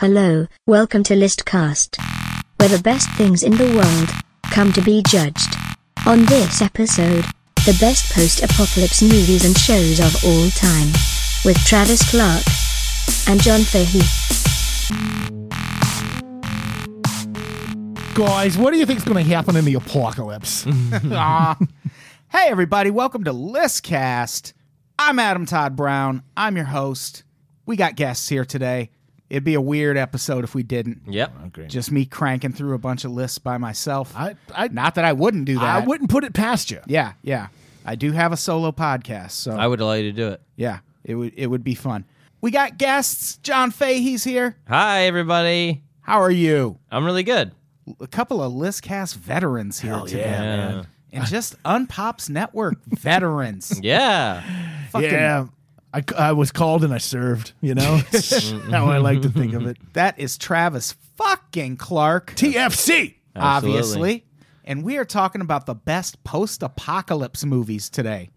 Hello, welcome to Listcast, where the best things in the world come to be judged. On this episode, the best post apocalypse movies and shows of all time, with Travis Clark and John Fahey. Guys, what do you think's going to happen in the apocalypse? Aw. Ah. hey, everybody, welcome to Listcast. I'm Adam Todd Brown. I'm your host. We got guests here today. It'd be a weird episode if we didn't. Yep. Just me cranking through a bunch of lists by myself. I, I, Not that I wouldn't do I that. wouldn't put it past you. Yeah, yeah. I do have a solo podcast, so I would allow you to do it. yeah, it would it would be fun. We got guests. John Fahey's here. Hi, everybody. How are you? I'm really good. A couple of Listcast veterans here today, yeah, man. and just Unpops Network veterans. Yeah. Fucking yeah. I, I was called and I served, you know? Mm-hmm. how I like to think of it. That is Travis fucking Clark, TFC! Absolutely. obviously. And we are talking about the best post apocalypse movies today.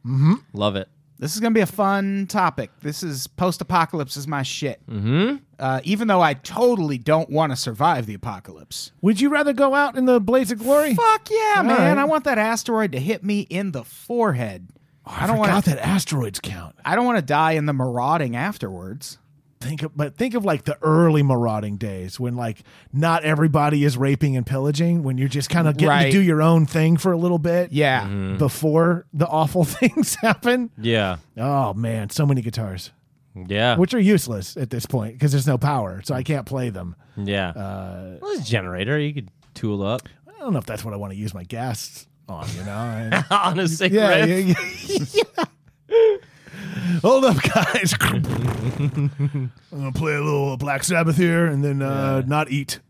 Love it. This is going to be a fun topic. This is post apocalypse is my shit. Mm-hmm. Uh, even though I totally don't want to survive the apocalypse. Would you rather go out in the blaze of glory? Fuck yeah, man. right. I want that asteroid to hit me in the forehead. Oh, I, I don't forgot want to. that asteroids count. I don't want to die in the marauding afterwards. Think of, but think of like the early marauding days when like not everybody is raping and pillaging, when you're just kind of getting Right. to do your own thing for a little bit. Yeah. Before the awful things happen. Yeah. Oh man, so many guitars. Yeah. which are useless at this point because there's no power, so I can't play them. yeah. Uh, well, it's a generator. You could tool up I don't know if that's what I want to use my gas on, you know? I- on a sick yeah, riff. yeah, yeah. Hold up, guys. I'm gonna play a little Black Sabbath here, and then uh, not eat.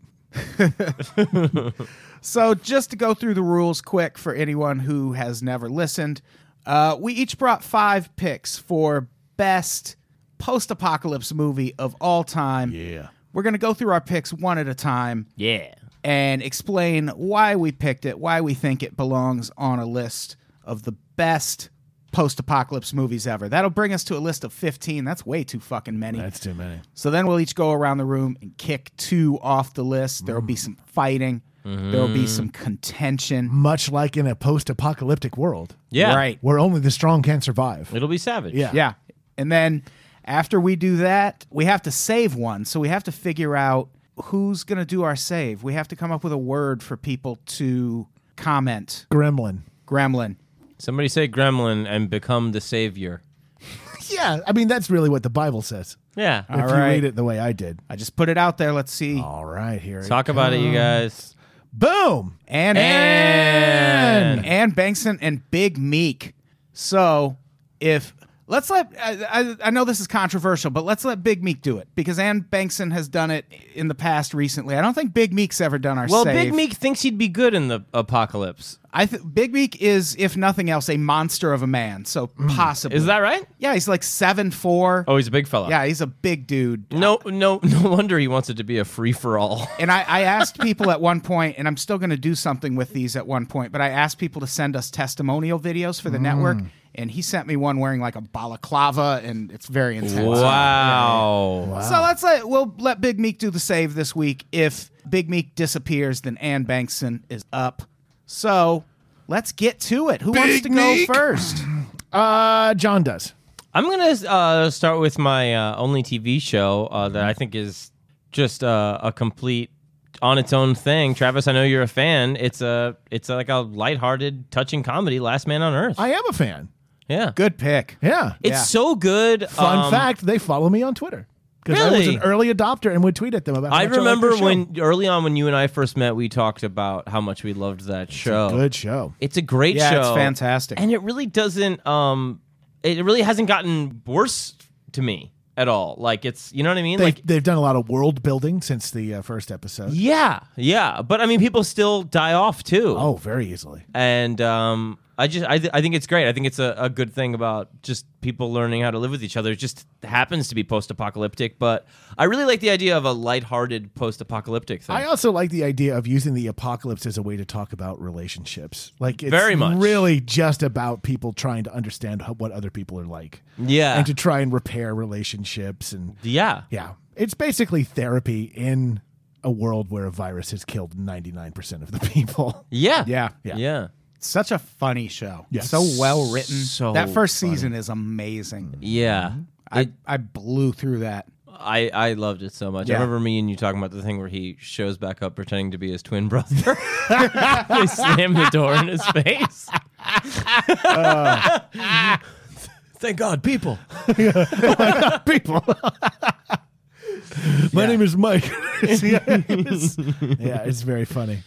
So, just to go through the rules quick for anyone who has never listened, uh, we each brought five picks for best post apocalypse movie of all time. Yeah. We're going to go through our picks one at a time Yeah. and explain why we picked it, why we think it belongs on a list of the best post apocalypse movies ever. That'll bring us to a list of 15. That's way too fucking many. That's too many. So then we'll each go around the room and kick two off the list. There will be some fighting. There will be some contention. Much like in a post-apocalyptic world Yeah. Right. where only the strong can survive. It'll be savage. Yeah. Yeah. And then after we do that, we have to save one. So we have to figure out who's going to do our save. We have to come up with a word for people to comment. Gremlin. Gremlin. Somebody say gremlin and become the savior. Yeah, I mean that's really what the Bible says. Yeah. if you right. read it the way I did. I just put it out there. Let's see. All right, here. it Talk about it, you guys. Boom. And And- and Bankson and Big Meek. So if let's let I, I, I know this is controversial, but let's let Big Meek do it because Ann Bankson has done it in the past recently. I don't think Big Meek's ever done our Well, save. Big Meek thinks he'd be good in the apocalypse. I th- Big Meek is if nothing else a monster of a man. So possibly Hmm. Is that right? Yeah, he's like seven four. Oh, he's a big fella. Yeah, he's a big dude. No, no, no wonder he wants it to be a free for all. And I, I asked people at one point, and I'm still going to do something with these at one point, but I asked people to send us testimonial videos for the network. And he sent me one wearing like a balaclava, and it's very intense. Wow. So let's let we'll let Big Meek do the save this week. If Big Meek disappears, then Ann Bankson is up. So let's get to it. Who wants Big to Meek? go first? Uh, John does. I'm gonna uh, start with my uh, only TV show uh, that I think is just uh, a complete on its own thing. Travis, I know you're a fan. It's a it's like a lighthearted, touching comedy, Last Man on Earth. I am a fan. yeah, Good pick. Yeah. it's yeah. so good. Fun Um, fact: they follow me on Twitter because I was Really? an early adopter and would tweet at them about. how I much liked remember their show. when early on when you and I first met, we talked about how much we loved that show. good show. It's a great Yeah, show. it's fantastic. And it really doesn't um it really hasn't gotten worse to me at all. Like it's you know what I mean? They like they've done a lot of world building since the uh, first episode. Yeah, yeah, but I mean, people still die off too, Oh, very easily. and um, I just I, th- I think it's great. I think it's a, a good thing about just people learning how to live with each other. It just happens to be post-apocalyptic, but I really like the idea of a lighthearted post-apocalyptic thing. I also like the idea of using the apocalypse as a way to talk about relationships. Like it's Very much. really just about people trying to understand how, what other people are like yeah. and to try and repair relationships and yeah. yeah. It's basically therapy in a world where a virus has killed 99% of the people. Yeah. Yeah. Yeah. Yeah. Such a funny show. Yes. So well written. So that first season is amazing. Yeah. I, I blew through that. I, I loved it so much. Yeah. I remember me and you talking about the thing where he shows back up pretending to be his twin brother. they slam the door in his face. Uh, Thank God, people. people. My name is Mike. yeah, it's, yeah, it's very funny.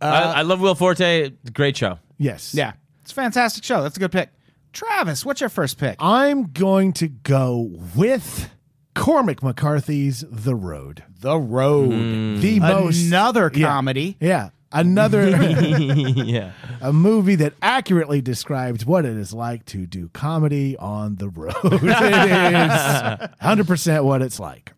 I, I love Will Forte. Great show. Yes. Yeah. It's a fantastic show. That's a good pick. Travis, what's your first pick? I'm going to go with Cormac McCarthy's The Road. The Road. The most Another Yeah. comedy. Yeah. Another yeah. a movie that accurately describes what it is like to do comedy on the road. it is 100% what it's like.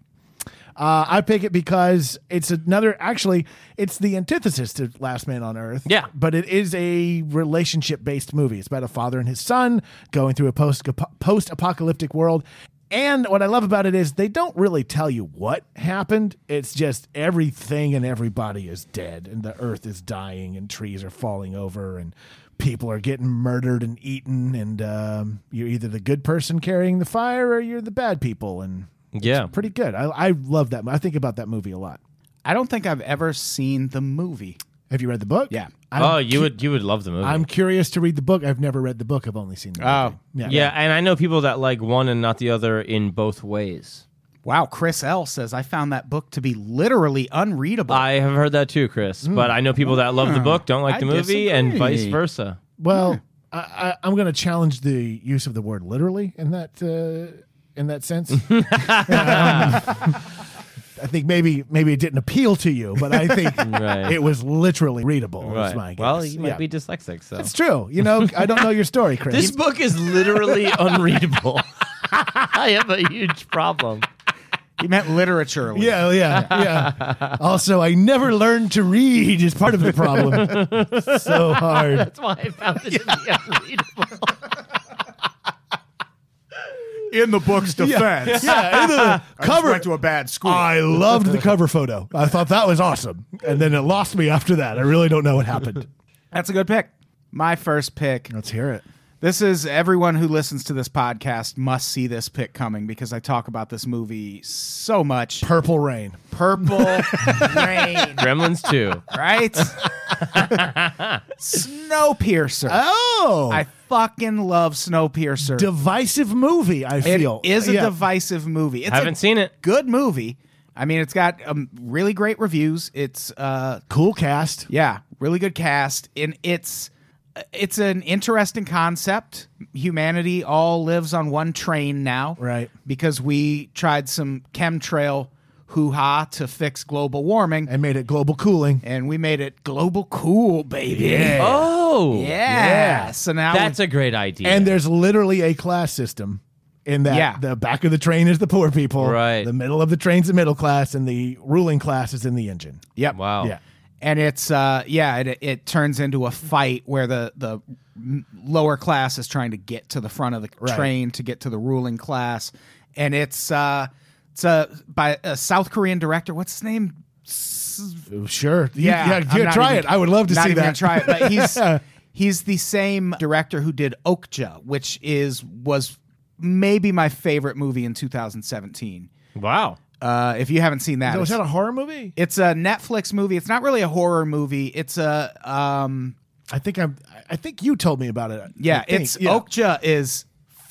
Uh, I pick it because it's another, actually, it's the antithesis to Last Man on Earth. Yeah. But it is a relationship based movie. It's about a father and his son going through a post post apocalyptic world. And what I love about it is they don't really tell you what happened. It's just everything and everybody is dead, and the earth is dying, and trees are falling over, and people are getting murdered and eaten. And um, you're either the good person carrying the fire or you're the bad people. And Yeah. pretty good. I, I love that. mo- I think about that movie a lot. I don't think I've ever seen the movie. Have you read the book? Yeah. I'm, oh, you would you would love the movie. I'm curious to read the book. I've never read the book. I've only seen the Oh. movie. Yeah. yeah, and I know people that like one and not the other in both ways. Wow, Chris L says I found that book to be literally unreadable. I have heard that too, Chris. Hmm. But I know people that love the book don't like I the movie, and disagree. vice versa. Well, I, I, I'm going to challenge the use of the word literally in that uh, in that sense. Um, I think maybe maybe it didn't appeal to you, but I think Right. it was literally readable. Right. my guess. Well, you might Yeah. be dyslexic, so It's true. You know, I don't know your story, Chris. this book is literally unreadable. I have a huge problem. he meant literature. yeah, yeah, yeah. Also, I never learned to read is part of the problem. so hard. That's why I found it to be unreadable. in the book's defense, Yeah, and the cover. to a bad school. I loved the cover photo. I thought that was awesome. And then it lost me after that. I really don't know what happened. That's a good pick. My first pick. Let's hear it. This is everyone who listens to this podcast must see this pick coming because I talk about this movie so much. Purple Rain. Purple Rain, Gremlins two. right? Snowpiercer. Oh, I fucking love Snowpiercer. divisive movie. I It feel is a Yeah. divisive movie. It's Haven't a seen it. good movie. I mean, it's got um, really great reviews. It's uh, cool cast. yeah, really good cast, and it's it's an interesting concept. Humanity all lives on one train now, Right. Because we tried some chemtrail hoo ha to fix global warming, And made it global cooling. and we made it global cool, baby. Yeah. Oh, So now That's a great idea. And there's literally a class system in that Yeah. the back of the train is the poor people. Right. The middle of the train's the middle class, and the ruling class is in the engine. yep. wow. Yeah. and it's uh yeah it, it turns into a fight where the the m- lower class is trying to get to the front of the train to get to the ruling class and it's uh it's a by a south korean director what's his name S- Sure. You- I'm yeah, not try even- it. I would love to not see even gonna that. Try it, but he's he's the same director who did Okja, which is was maybe my favorite movie in 2017. Wow. Uh, if you haven't seen that, Was it's- that a horror movie? it's a Netflix movie. It's not really a horror movie. It's a um I think I'm. I think you told me about it. I yeah, think. it's Yeah. Okja is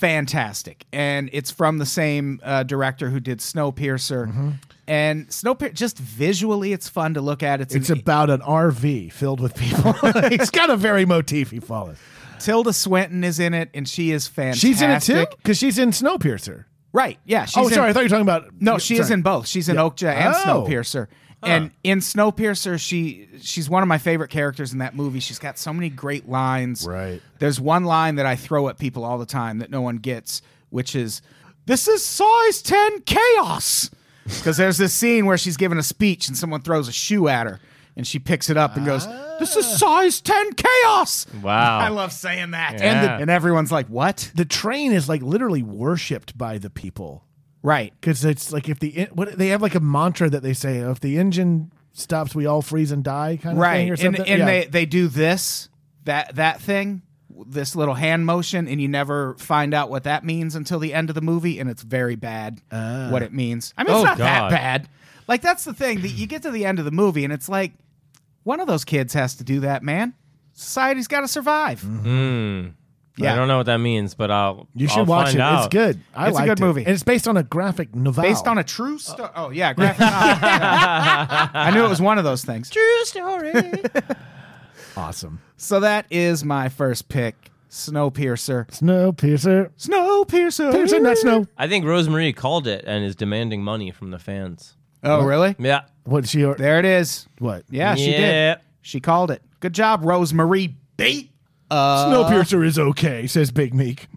fantastic and it's from the same uh, director who did Snowpiercer. Mm-hmm. And Snowpiercer just visually it's fun to look at. It's, It's an- about an RV filled with people. He's got a very motif he follows. E, Tilda Swinton is in it and she is fantastic. She's in it too because she's in Snowpiercer. Right. Yeah. She's oh, in- sorry. I thought you were talking about. No, she is sorry. in both. She's in Oakja and Oh. Snowpiercer. And in Snowpiercer, she she's one of my favorite characters in that movie. She's got so many great lines. Right. There's one line that I throw at people all the time that no one gets, which is, "This is size ten chaos." Because there's this scene where she's giving a speech and someone throws a shoe at her, and she picks it up and goes, "This is size ten chaos." Wow. I love saying that. Yeah. And the- and everyone's like, "What?" The train is like literally worshipped by the people Right. because it's like if the en- what they have like a mantra that they say if the engine stops we all freeze and die kind of right thing or something. and, and Yeah. they they do this that that thing this little hand motion and you never find out what that means until the end of the movie and it's very bad Ah. what it means i mean it's Oh, not that God. bad like that's the thing that you get to the end of the movie and it's like one of those kids has to do that man society's got to survive Mm-hmm. yeah Hmm. I don't know what that means, but I'll you should I'll watch find it. Out. It's good. I It's a liked good it. movie. and it's based on a graphic novel. based on a Uh, true story oh yeah graphic novel. Yeah. i knew it was one of those things True story. awesome so that is my first pick snowpiercer snow piercer. snowpiercer Piercer, not snow. I think Rosemarie called it and is demanding money from the fans. oh really Yeah. What she or There it is. what? Yeah, she Yeah. did. She called it. Good job, Rosemarie Bate. Uh, Uh, Snow piercer is okay, says Big Meek.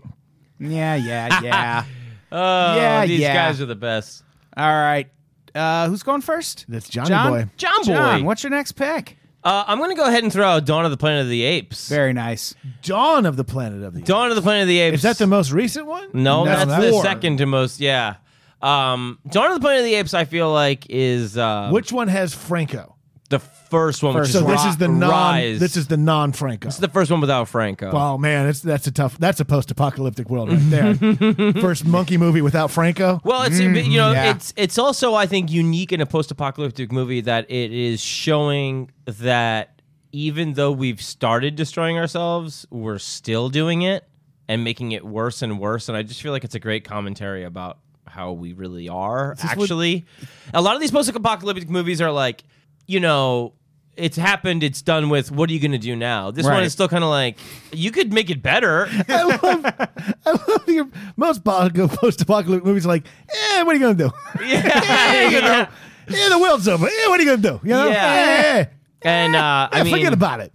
Yeah, yeah, yeah. Oh, Yeah, these yeah. guys are the best. All right. Uh, who's going first? That's Johnny John? Boy. John Boy. John, what's your next pick? Uh, I'm going to go ahead and throw out Dawn of the Planet of the Apes. Very nice. Dawn of the Planet of the. Apes. Dawn of the Planet of the Apes. Is that the most recent one? No, that's, the war. second to most. Yeah. Um, Dawn of the Planet of the Apes, I feel like, is uh, Which one has Franco? the first one, which So is this Ri- is the non. Rise. This is the non Franco. It's the first one without Franco. Oh man, it's, that's a tough. That's a post-apocalyptic world right there. First monkey movie without Franco. Well, it's but, you know, yeah. it's it's also I think unique in a post-apocalyptic movie that it is showing that even though we've started destroying ourselves, we're still doing it and making it worse and worse. And I just feel like it's a great commentary about how we really are. Actually, a lot of these post-apocalyptic movies are like, you know. It's happened. It's done with. What are you going to do now? This one Right. is still kind of like you could make it better. I love, I love your most po- post-apocalyptic movies. Are like, eh, what are you gonna do? yeah, you know? yeah, the world's over. Eh, what are you gonna do? You know? Yeah. Eh, eh, eh. And uh, I Eh, mean, forget about it.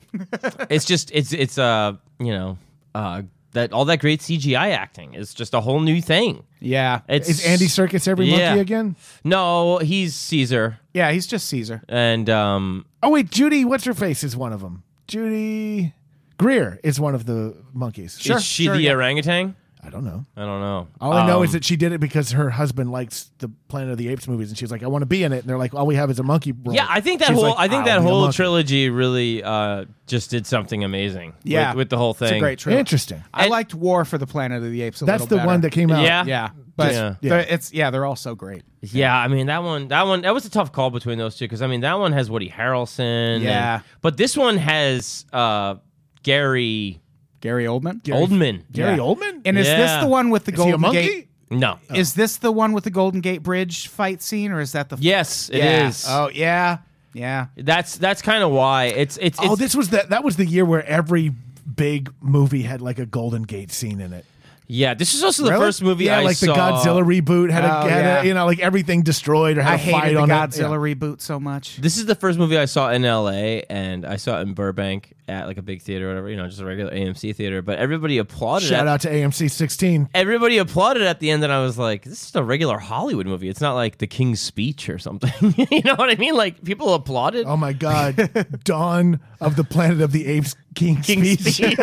it's just it's it's uh you know uh that all that great CGI acting is just a whole new thing. Yeah. It's Is Andy Circus every Yeah. monkey again? No, he's Caesar, Yeah, he's just Caesar. and um Oh wait, Judy, what's her face is one of them. Judy Greer is one of the monkeys. Sure, is she sure, the yeah. Oh, orangutan? I don't know. I don't know. All I know Um, is that she did it because her husband likes the Planet of the Apes movies, and she's like, "I want to be in it." And they're like, "All we have is a monkey." Role. yeah, I think that She's whole like, I think "I'll that be a whole monkey." trilogy really uh just did something amazing. Yeah. with, with the whole thing. It's a great trip. Interesting. I And- liked War for the Planet of the Apes a That's little the better. one that came out. Yeah. Yeah. But Yeah. they're- it's yeah, they're all so great. Yeah, I mean that one. That one. That was a tough call between those two because I mean that one has Woody Harrelson. and- Yeah. but this one has uh Gary Gary Oldman. Oldman. Gary Yeah. Oldman. And is Yeah. this the one with the is he Golden a monkey? Gate? No. Is this the one with the Golden Gate Bridge fight scene, or is that the Yes, it is. yeah. Oh yeah, yeah. That's that's kind of why it's it's, it's oh, this was that. That was the year where every big movie had like a Golden Gate scene in it. yeah. This is also the Really? first movie yeah, I like saw. the Godzilla reboot had, Oh, a, had yeah. a, you know, like everything destroyed or had I a fight hated the on Godzilla It. reboot so much. This is the first movie I saw in L.A. and I saw it in Burbank at like a big theater or whatever, you know, just a regular AMC theater. But everybody applauded. Yeah. Shout at, out to AMC 16. Everybody applauded at the end, and I was like, "This is a regular Hollywood movie. It's not like The King's Speech or something." you know what I mean? Like people applauded. Oh my God, Dawn of the Planet of the Apes, King, King's Speech. Speech,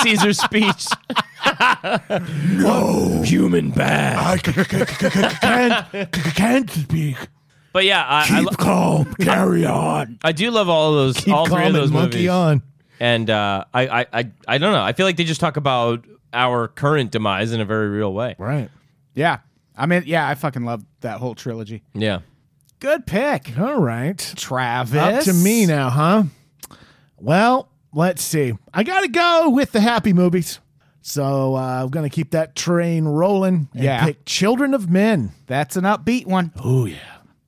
Caesar's speech. No, Human bad. Oh. I c- c- c- c- c- can't, c- c- can't speak. But yeah, I, I, lo- calm. Carry on. I do love all of those, Keep all three calm of those and monkey movies. on. and uh, I, I, I, I don't know. I feel like they just talk about our current demise in a very real way. Right. Yeah, I mean, yeah, I fucking love that whole trilogy. Yeah. Good pick, All right. Travis. Up to me now, huh? Well, let's see. I got to go with the happy movies. So uh, I'm going to keep that train rolling and Yeah. pick Children of Men. That's an upbeat one. Oh, yeah.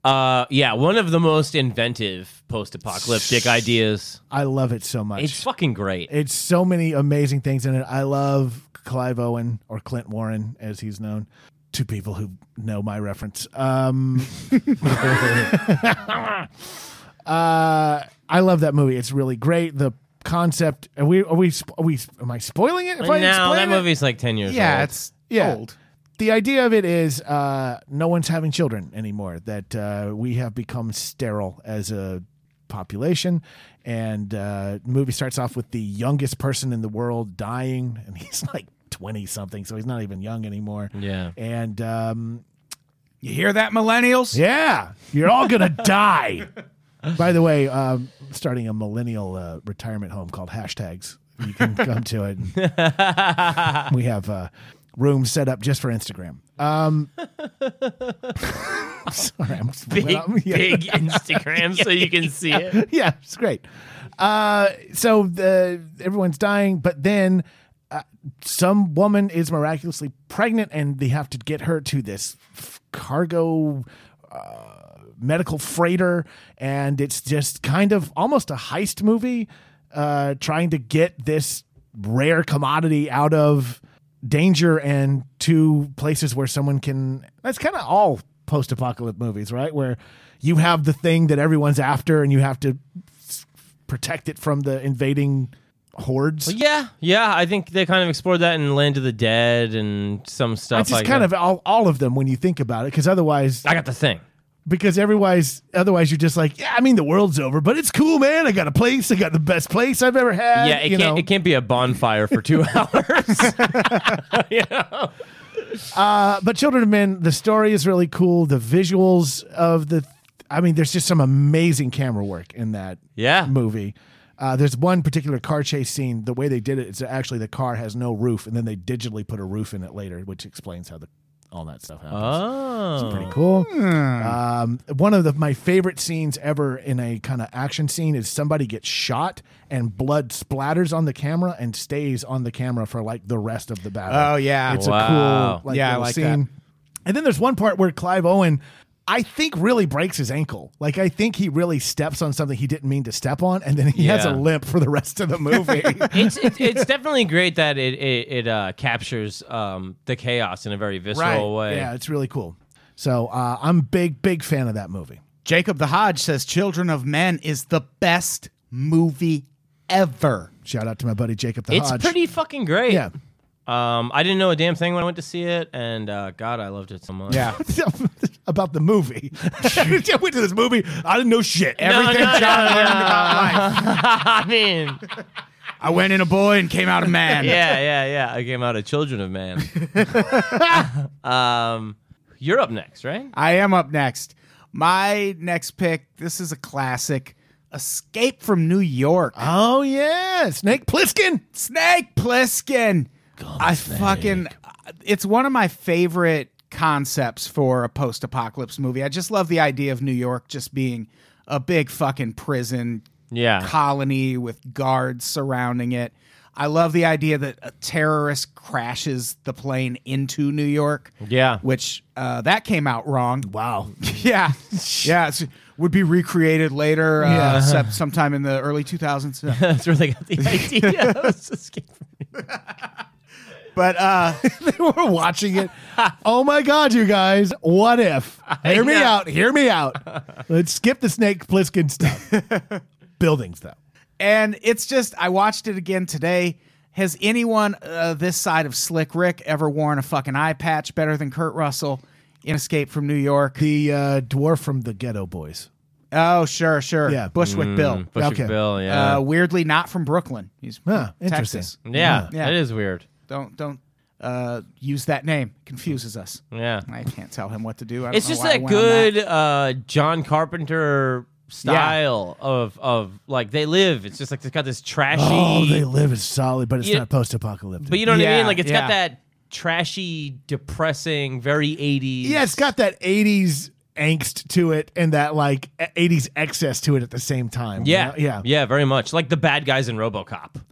Uh, yeah. One of the most inventive post-apocalyptic ideas. I love it so much. It's It's, fucking great. so many amazing things in it. I love Clive Owen or Clint Warren, as he's known. to people who know my reference. Um, uh, I love that movie. It's really great. The concept. Are we? Are we? sp- Are we? Am I spoiling it? If I now that explain it? movie's like ten years Yeah, old. it's Yeah. old. The idea of it is uh, no one's having children anymore, that uh, we have become sterile as a population. And uh, the movie starts off with the youngest person in the world dying, and he's like 20 something, so he's not even young anymore. yeah. And um, You hear that, millennials? yeah, you're all going to die. By the way, um, starting a millennial uh, retirement home called Hashtags. You can come to it. we have uh, rooms set up just for Instagram. Um, sorry, I'm Big, well, yeah, big Instagram, so you can see it. yeah, it's great. Uh, so the everyone's dying, but then uh, some woman is miraculously pregnant, and they have to get her to this f- cargo. Uh, medical freighter and it's just kind of almost a heist movie uh trying to get this rare commodity out of danger and to places where someone can that's kind of all post-apocalyptic movies right where you have the thing that everyone's after and you have to s- protect it from the invading hordes Yeah, yeah. I think they kind of explored that in Land of the Dead and some stuff that's just like kind of that. all, all of them when you think about it because otherwise I got the thing. because otherwise otherwise you're just like yeah i mean the world's over but it's cool man i got a place i got the best place i've ever had Yeah, it Uh, you can't know. it can't be a bonfire for two hours. you know? Uh, but Children of Men, the story is really cool. The visuals of the, I mean, there's just some amazing camera work in that Yeah. movie. Uh, there's one particular car chase scene. The way they did it is actually the car has no roof, and then they digitally put a roof in it later, which explains how the all that stuff happens. Oh, Pretty cool. Hmm. Um, one of the, my favorite scenes ever in a kind of action scene is somebody gets shot and blood splatters on the camera and stays on the camera for like the rest of the battle. Oh, yeah. it's a Wow. cool like, Yeah, I little like scene. that. And then there's one part where Clive Owen, I think, really breaks his ankle. Like I think he really steps on something he didn't mean to step on, and then he has a Yeah. limp for the rest of the movie. it's, it's it's definitely great that it it, it uh, captures um, the chaos in a very visceral way. uh, Yeah, it's really cool. So uh, I'm big, big fan of that movie. Jacob the Hodge says Children of Men is the best movie ever. Shout out to my buddy Jacob the It's Hodge. pretty fucking great. Yeah. Um, I didn't know a damn thing when I went to see it, and uh, God, I loved it so much. about the movie. I went to this movie. I didn't know shit. Everything no, John no, learned about life. I mean, I went in a boy and came out a man. yeah, yeah, yeah. I came out of Children of Man. um, you're up next, right? I am up next. My next pick, this is a classic Escape from New York. Oh yeah, Snake Plissken. Snake Plissken. I fucking. It's one of my favorite concepts for a post-apocalypse movie. I just love the idea of New York just being a big fucking prison Yeah. colony with guards surrounding it. I love the idea that a terrorist crashes the plane into New York. Yeah. which uh, that came out wrong. Wow. Yeah, yeah, it's- would be recreated later, uh, Yeah. except sometime in the early 2000s. No. That's where they got the idea. It was Escape from New York. But uh, they were watching it. Oh my god, you guys! What if? Hear me know. out. Hear me out. Let's skip the Snake Plissken stuff. Buildings though. and it's just I watched it again today. Has anyone uh, this side of Slick Rick ever worn a fucking eye patch better than Kurt Russell in Escape from New York? The uh, dwarf from the Ghetto Boys. Oh, sure, sure. Yeah. Bushwick Mm, Bill. Bushwick Okay. Bill, yeah. Uh, weirdly, not from Brooklyn. He's from Huh, interesting. Texas. yeah. yeah. That is weird. Don't don't uh, use that name. Confuses us. Yeah. I can't tell him what to do. I don't It's know just why I that went on good uh, John Carpenter style of of like they live. It's just like it's got this trashy. Oh, they live is solid, but it's You- not post-apocalyptic. but you know what I Yeah, mean? Like it's yeah. got that trashy, depressing, very eighties. yeah, it's got that '80s angst to it, and that like '80s excess to it at the same time. you Yeah, know? yeah, yeah, very much like the bad guys in RoboCop.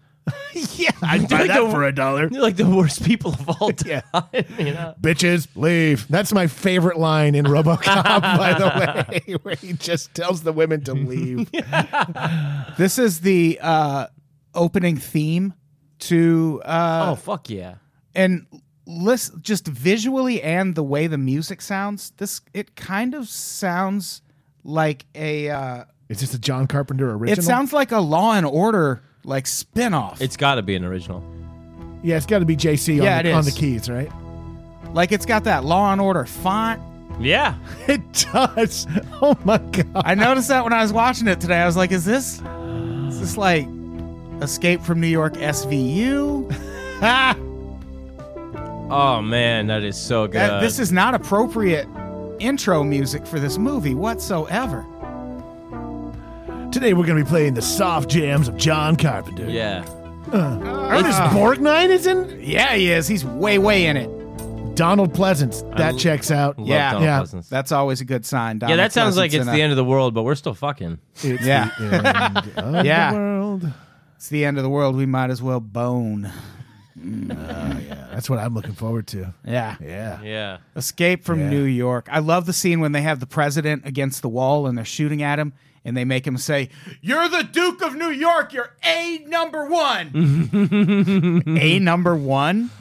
yeah. I'd buy Like that the- for a dollar. They're like the worst people of all time. Yeah. you know? bitches leave that's my favorite line in robocop by the way where he just tells the women to leave that. This is the uh, opening theme to uh, Oh fuck yeah! and listen just visually and the way the music sounds this it kind of sounds like a uh, Is this a John Carpenter original? it sounds like a law and order like spin-off It's got to be an original. Yeah, it's got to be JC Yeah, on, the, it on the is. keys, right? like it's got that law and order font Yeah. It does. Oh my god. i noticed that when i was watching it today i was like is this is this like escape from new york svu Oh man, that is so good. that, this is not appropriate intro music for this movie whatsoever Today we're gonna be playing the soft jams of John Carpenter. yeah. Ernest Borgnine is in. yeah he is he's way way in it Donald Pleasance. That l- checks out. Love Yeah. Donald Yeah. Pleasance. that's always a good sign yeah, that sounds like it's the end. end of the world, but we're still fucking. It's Yeah. the end of Yeah. the world. It's the end of the world. We might as well bone. That's what I'm looking forward to. Yeah. Yeah. Yeah. Escape from Yeah. New York. I love the scene when they have the president against the wall and they're shooting at him and they make him say, You're the Duke of New York. You're A number one. A number one?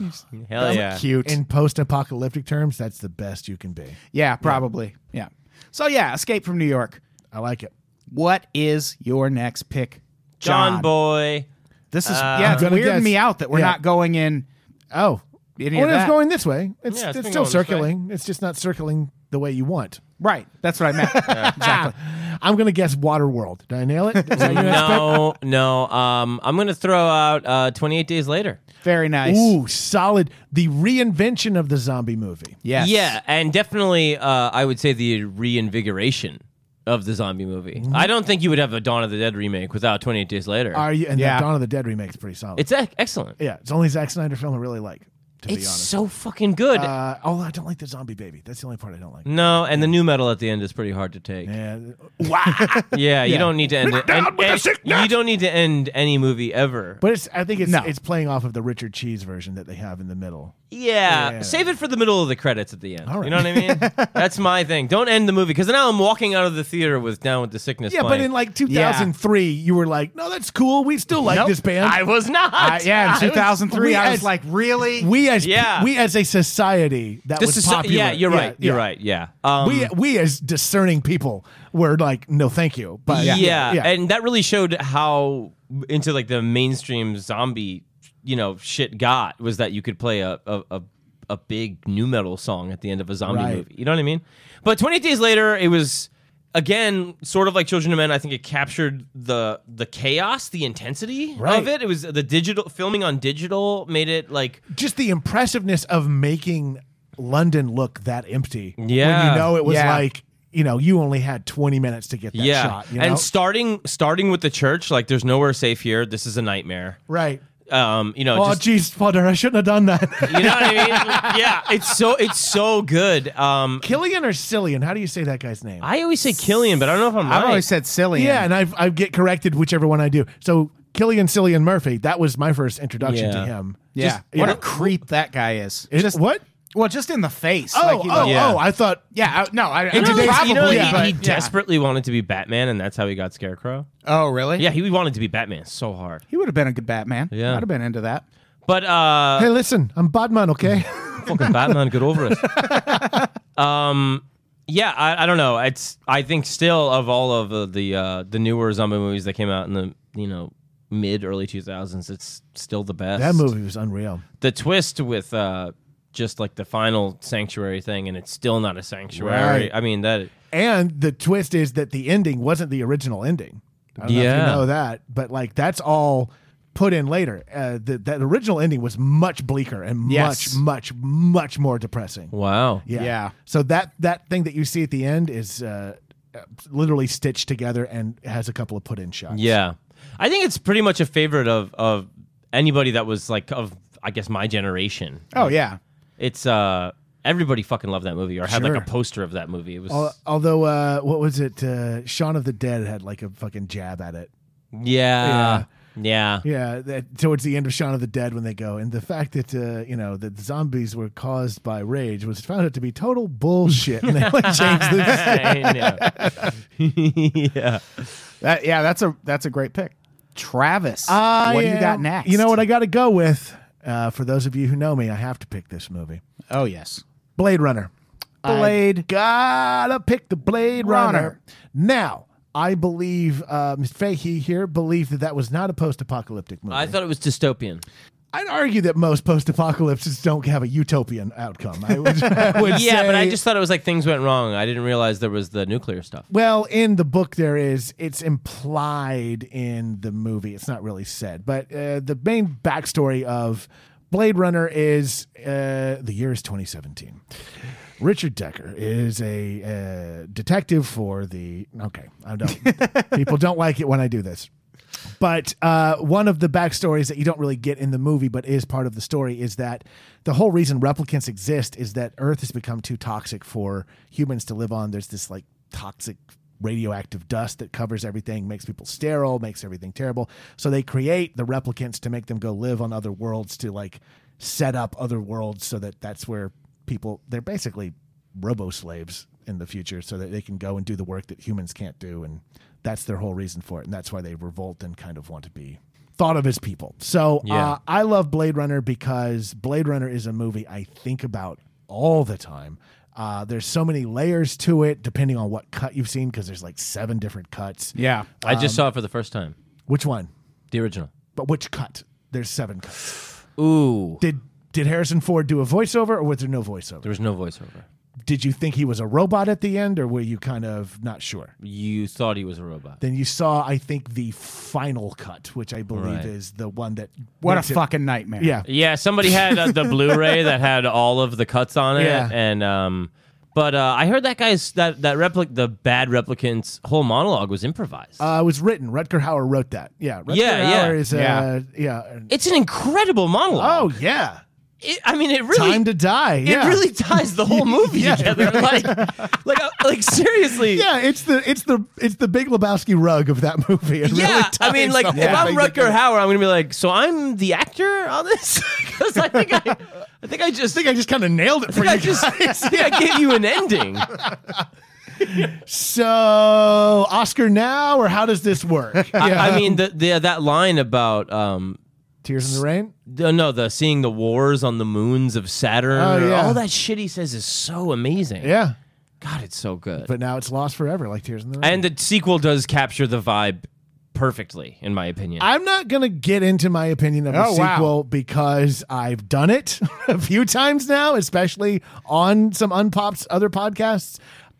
Hell yeah. Cute. In post-apocalyptic terms, that's the best you can be. yeah, probably. Yeah. So, yeah, Escape from New York. I like it. What is your next pick? John, Boy. This is, yeah, it's I'm gonna weirding guess- me out that we're yeah. not going in. Oh. Any Oh, of it's that. going this way. It's, Yeah, it's, it's still been going this way. circling. It's just not circling the way you want. Right. That's what I meant. exactly. I'm gonna guess Waterworld. Did I nail it? Is that your next pick? No, no. Um, I'm gonna throw out uh, 28 Days Later. Very nice. Ooh, solid. The reinvention of the zombie movie. Yes. Yeah, and definitely, uh, I would say the reinvigoration of the zombie movie. I don't think you would have a Dawn of the Dead remake without 28 Days Later. Mm-hmm. Are you and Yeah. the Dawn of the Dead remake's pretty solid. it's ec- excellent. yeah, it's the only Zack Snyder film I really like, to It's be honest. so fucking good. uh, although I don't like the zombie baby. That's the only part I don't like. no, and the new metal at the end is pretty hard to take. Yeah. Yeah, you don't need to end it. down and- with the and sickness! you don't need to end any movie ever. But it's I think it's No. it's playing off of the Richard Cheese version that they have in the middle. yeah, Yeah. save it for the middle of the credits at the end. All right. You know what I mean? That's my thing. Don't end the movie because now I'm walking out of the theater with Down with the Sickness. Yeah, but playing. in like 2003, you were like, "No, that's cool. We still like Nope. this band." I was not. I- yeah, in 2003, we I was as- like, really? we as Yeah. we as a society that this was is so- popular. yeah. You're right. You're yeah. right. Yeah. Um, we we as discerning people were like, "No, thank you." But yeah. and that really showed how into like the mainstream zombie, you know, shit got was that you could play a a, a, a big new metal song at the end of a zombie Right. movie. You know what I mean? But 28 Days Later, it was again sort of like Children of Men. I think it captured the the chaos, the intensity Right. of it. It was the digital filming on digital made it like just the impressiveness of making London look that empty. When Yeah. you know it was Yeah. like, you know, you only had 20 minutes to get that yeah, shot. You know? and starting starting with the church, like there's nowhere safe here. This is a nightmare. right. Um, you know, Oh, just- jeez, Father, I shouldn't have done that. You know what I mean? yeah, it's so it's so good. Um, Killian or Cillian? How do you say that guy's name? I always say Killian, but I don't know if I'm right. I've always said silly. yeah, and I've, I get corrected whichever one I do. So Killian, Cillian Murphy, that was my first introduction to Yeah. him. yeah. Just- what a creep that guy is. It- what? Well, just in the face. Oh, like, he- oh, Yeah. oh, I thought. yeah. I- No, I, I You know, mean, like, probably. you know, yeah, he, he but- desperately wanted to be Batman, and that's how he got Scarecrow. Oh, really? Yeah, he wanted to be Batman so hard. He would have been a good Batman. Yeah. I'd have been into that. But uh, Hey, listen, I'm Batman, okay? fucking Batman, get over it. Um, yeah, I, I don't know. It's I think still of all of uh, the uh, the newer zombie movies that came out in the you know mid early two thousands, it's still the best. that movie was unreal. the twist with uh just like the final sanctuary thing and it's still not a sanctuary Right. i mean that And the twist is that the ending wasn't the original ending. I don't know Yeah. if you know that, but like that's all put in later. Uh, the, that original ending was much bleaker and Yes. much, much, much more depressing. wow Yeah. Yeah. So that that thing that you see at the end is uh, uh, literally stitched together and has a couple of put in shots. yeah i think it's pretty much a favorite of of anybody that was like of i guess my generation Oh, yeah. it's uh everybody fucking loved that movie or had Sure. like a poster of that movie it was Al- Although, uh, what was it? Uh, Shaun of the Dead had like a fucking jab at it. yeah yeah, Yeah, that, towards the end of Shaun of the Dead, when they go, and the fact that uh, you know that the zombies were caused by rage was found out to be total bullshit, and they like changed this. I know. yeah. That, yeah, that's a that's a great pick. Travis. I what do Uh, you am- got next? You know what I got to go with? Uh, for those of you who know me, I have to pick this movie Oh yes. Blade Runner. I Blade. gotta pick the Blade Runner. Runner. Now, I believe uh, Mr. Fahey here believed that that was not a post apocalyptic movie. I thought it was dystopian. I'd argue that most post apocalypses don't have a utopian outcome. I would, I would Yeah, but I say- just thought it was like things went wrong. I didn't realize there was the nuclear stuff. Well, in the book, there is, it's implied in the movie. It's not really said. But uh, the main backstory of Blade Runner is uh, the year is 2017. Richard Decker is a uh, detective for the. Okay, I don't. people don't like it when I do this. But uh, one of the backstories that you don't really get in the movie, but is part of the story, is that the whole reason replicants exist is that Earth has become too toxic for humans to live on. There's this like toxic radioactive dust that covers everything, makes people sterile, makes everything terrible. So they create the replicants to make them go live on other worlds to like set up other worlds so that that's where people they're basically robo slaves in the future so that they can go and do the work that humans can't do and that's their whole reason for it and that's why they revolt and kind of want to be thought of as people so uh, Yeah. i love blade runner because blade runner is a movie i think about all the time uh, there's so many layers to it depending on what cut you've seen because there's like seven different cuts Yeah. I just Um, saw it for the first time. which one The original. but which cut there's seven cuts Ooh. did did harrison ford do a voiceover or was there no voiceover There was no voiceover. did you think he was a robot at the end or were you kind of not sure You thought he was a robot. then you saw i think the final cut which i believe Right. is the one that What a makes it- fucking nightmare. yeah Yeah, somebody had uh, the Blu-ray that had all of the cuts on it, Yeah. and um, but uh, I heard that guy's that that replic the bad replicant's whole monologue was improvised. uh, it was written rutger hauer wrote that yeah rutger Yeah, yeah. hauer is uh, yeah Yeah. it's an incredible monologue. oh yeah It- I mean, it really time to die yeah. it really ties the whole movie Yeah, together. Like, like, uh, like seriously. yeah, it's the it's the it's the Big Lebowski rug of that movie. It really Yeah, I mean, ties like, the if whole I'm thing Rutger together. Hauer, I'm gonna be like, so I'm the actor on this because I think I, I think I I just, think I just kind of nailed it for you. I just, I think I gave you an ending. So Oscar now, or how does this work? Yeah. I, I mean, the, the that line about um, Tears in the Rain. the, no, the seeing the wars on the moons of Saturn, Oh, or yeah. all that shit he says is so amazing. Yeah, God, it's so good. but now it's lost forever, like Tears in the Rain. and the sequel does capture the vibe perfectly, in my opinion. I'm not going to get into my opinion of the Oh, wow. sequel because I've done it a few times now, especially on some Unpops other podcasts.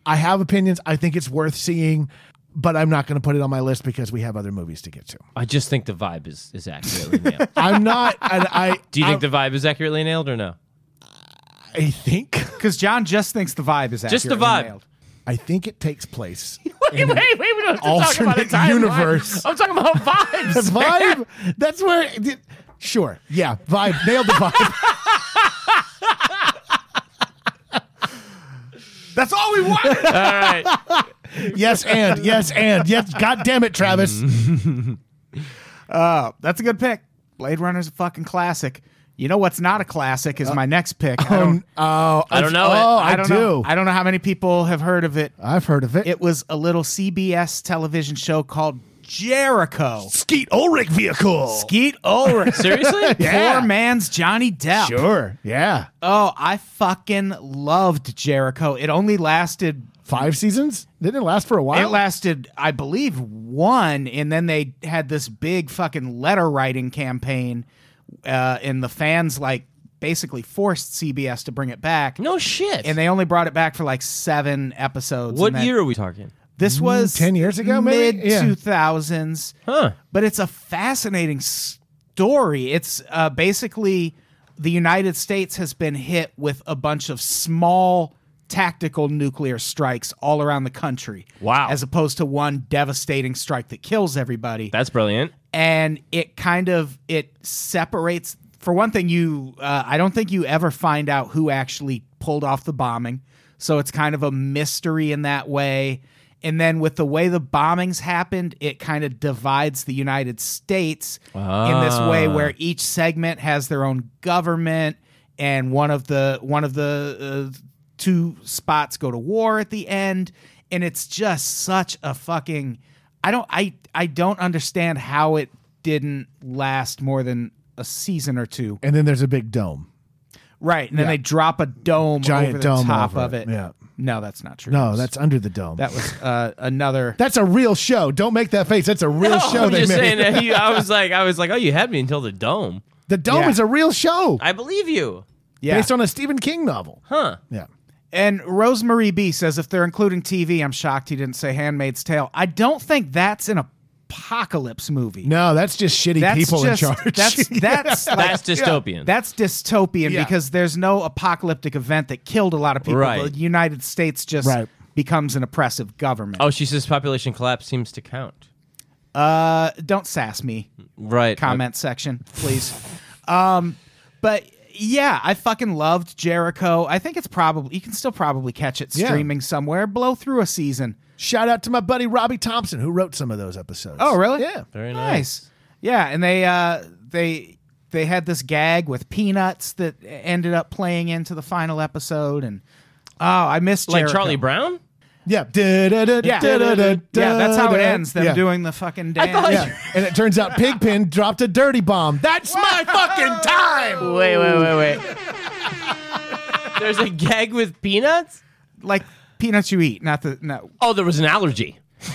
I have opinions. I think it's worth seeing, but I'm not going to put it on my list because we have other movies to get to. I just think the vibe is is accurately nailed. I'm not. and I, Do you I, think the vibe is accurately nailed or no? I think. Because John just thinks the vibe is Just the accurately vibe. nailed. I think it takes place. Wait, wait, wait! We don't have alternate universe. Oh, I'm talking about The vibes. vibe. That's where. Sure. Yeah. Vibe. Nailed the vibe. That's all we wanted. All right. yes and yes and yes. God damn it, Travis. Mm. uh, that's a good pick. Blade Runner's a fucking classic. You know what's not a classic is my next pick. I don't, Uh, Oh, I don't know Oh, it. I, don't do. know. I don't know how many people have heard of it. I've heard of it. It was a little CBS television show called Jericho. Skeet Ulrich vehicle. Skeet Ulrich. Seriously? Yeah. Poor man's Johnny Depp. Sure. Yeah. Oh, I fucking loved Jericho. It only lasted Five seasons? Didn't it last for a while? it lasted, I believe, one, and then they had this big fucking letter writing campaign, uh, and the fans like basically forced CBS to bring it back, No shit. and they only brought it back for like seven episodes. what and then- year are we talking? This was 10 Mm, years ago, maybe? mid Yeah. two thousands. Huh. But it's a fascinating story. It's uh, basically the United States has been hit with a bunch of small tactical nuclear strikes all around the country. Wow. As opposed to one devastating strike that kills everybody That's brilliant. and it kind of it separates for one thing you uh, i don't think you ever find out who actually pulled off the bombing so it's kind of a mystery in that way and then with the way the bombings happened it kind of divides the united states in this way Ah. where each segment has their own government and one of the one of the uh, two spots go to war at the end and it's just such a fucking I don't I I don't understand how it didn't last more than a season or two. And then there's a big dome. Right, and then Yeah. they drop a dome Giant over the dome top over of it, it. yeah. No, that's not true. No, that's under the dome. that was uh, another. That's a real show. Don't make that face. That's a real show Oh, I'm they just made. saying that he, I was like, I was like, oh, you had me until the dome. the Dome Yeah. is a real show I believe you, yeah. based on a Stephen King novel. huh? Yeah. and Rosemary B says if they're including TV, I'm shocked he didn't say Handmaid's Tale. I don't think that's an apocalypse movie. No, that's just shitty that's people just, in charge. That's that's That's like, dystopian. That's dystopian Yeah. because there's no apocalyptic event that killed a lot of people. Right. The United States just Right. becomes an oppressive government. oh, she says population collapse seems to count. Uh, don't sass me. Right. Comment section, please. um, but yeah, I fucking loved Jericho. I think it's probably you can still probably catch it Yeah. streaming somewhere. Blow through a season. Shout out to my buddy Robbie Thompson who wrote some of those episodes. Oh, really? Yeah. Very nice. Yeah, and they uh, they they had this gag with peanuts that ended up playing into the final episode, and oh, I missed Like Jericho. Charlie Brown. Yeah. Da-da-da, Yeah, da-da-da, yeah, that's how it da-da. ends. Them Yeah. doing the fucking dance. thought- Yeah. And it turns out Pigpen dropped a dirty bomb. That's my fucking time. Wait, wait, wait, wait. There's a gag with peanuts. like peanuts you eat, not the no. Oh, there was an allergy.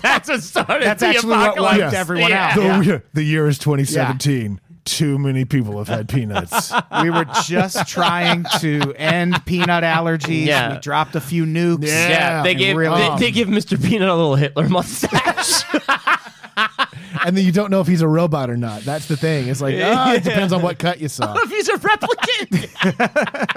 That's what started. That's the actually what apocalypse. wiped Yes. everyone Yeah. out. The, Yeah. the year is 2017. Too many people have had peanuts. we were just trying to end peanut allergies. Yeah. We dropped a few nukes. Yeah. Yeah, they and gave real- they, they give Mr. Peanut a little Hitler mustache. and then you don't know if he's a robot or not. That's the thing. It's like, ah, it depends on what cut you saw. if he's a replicant.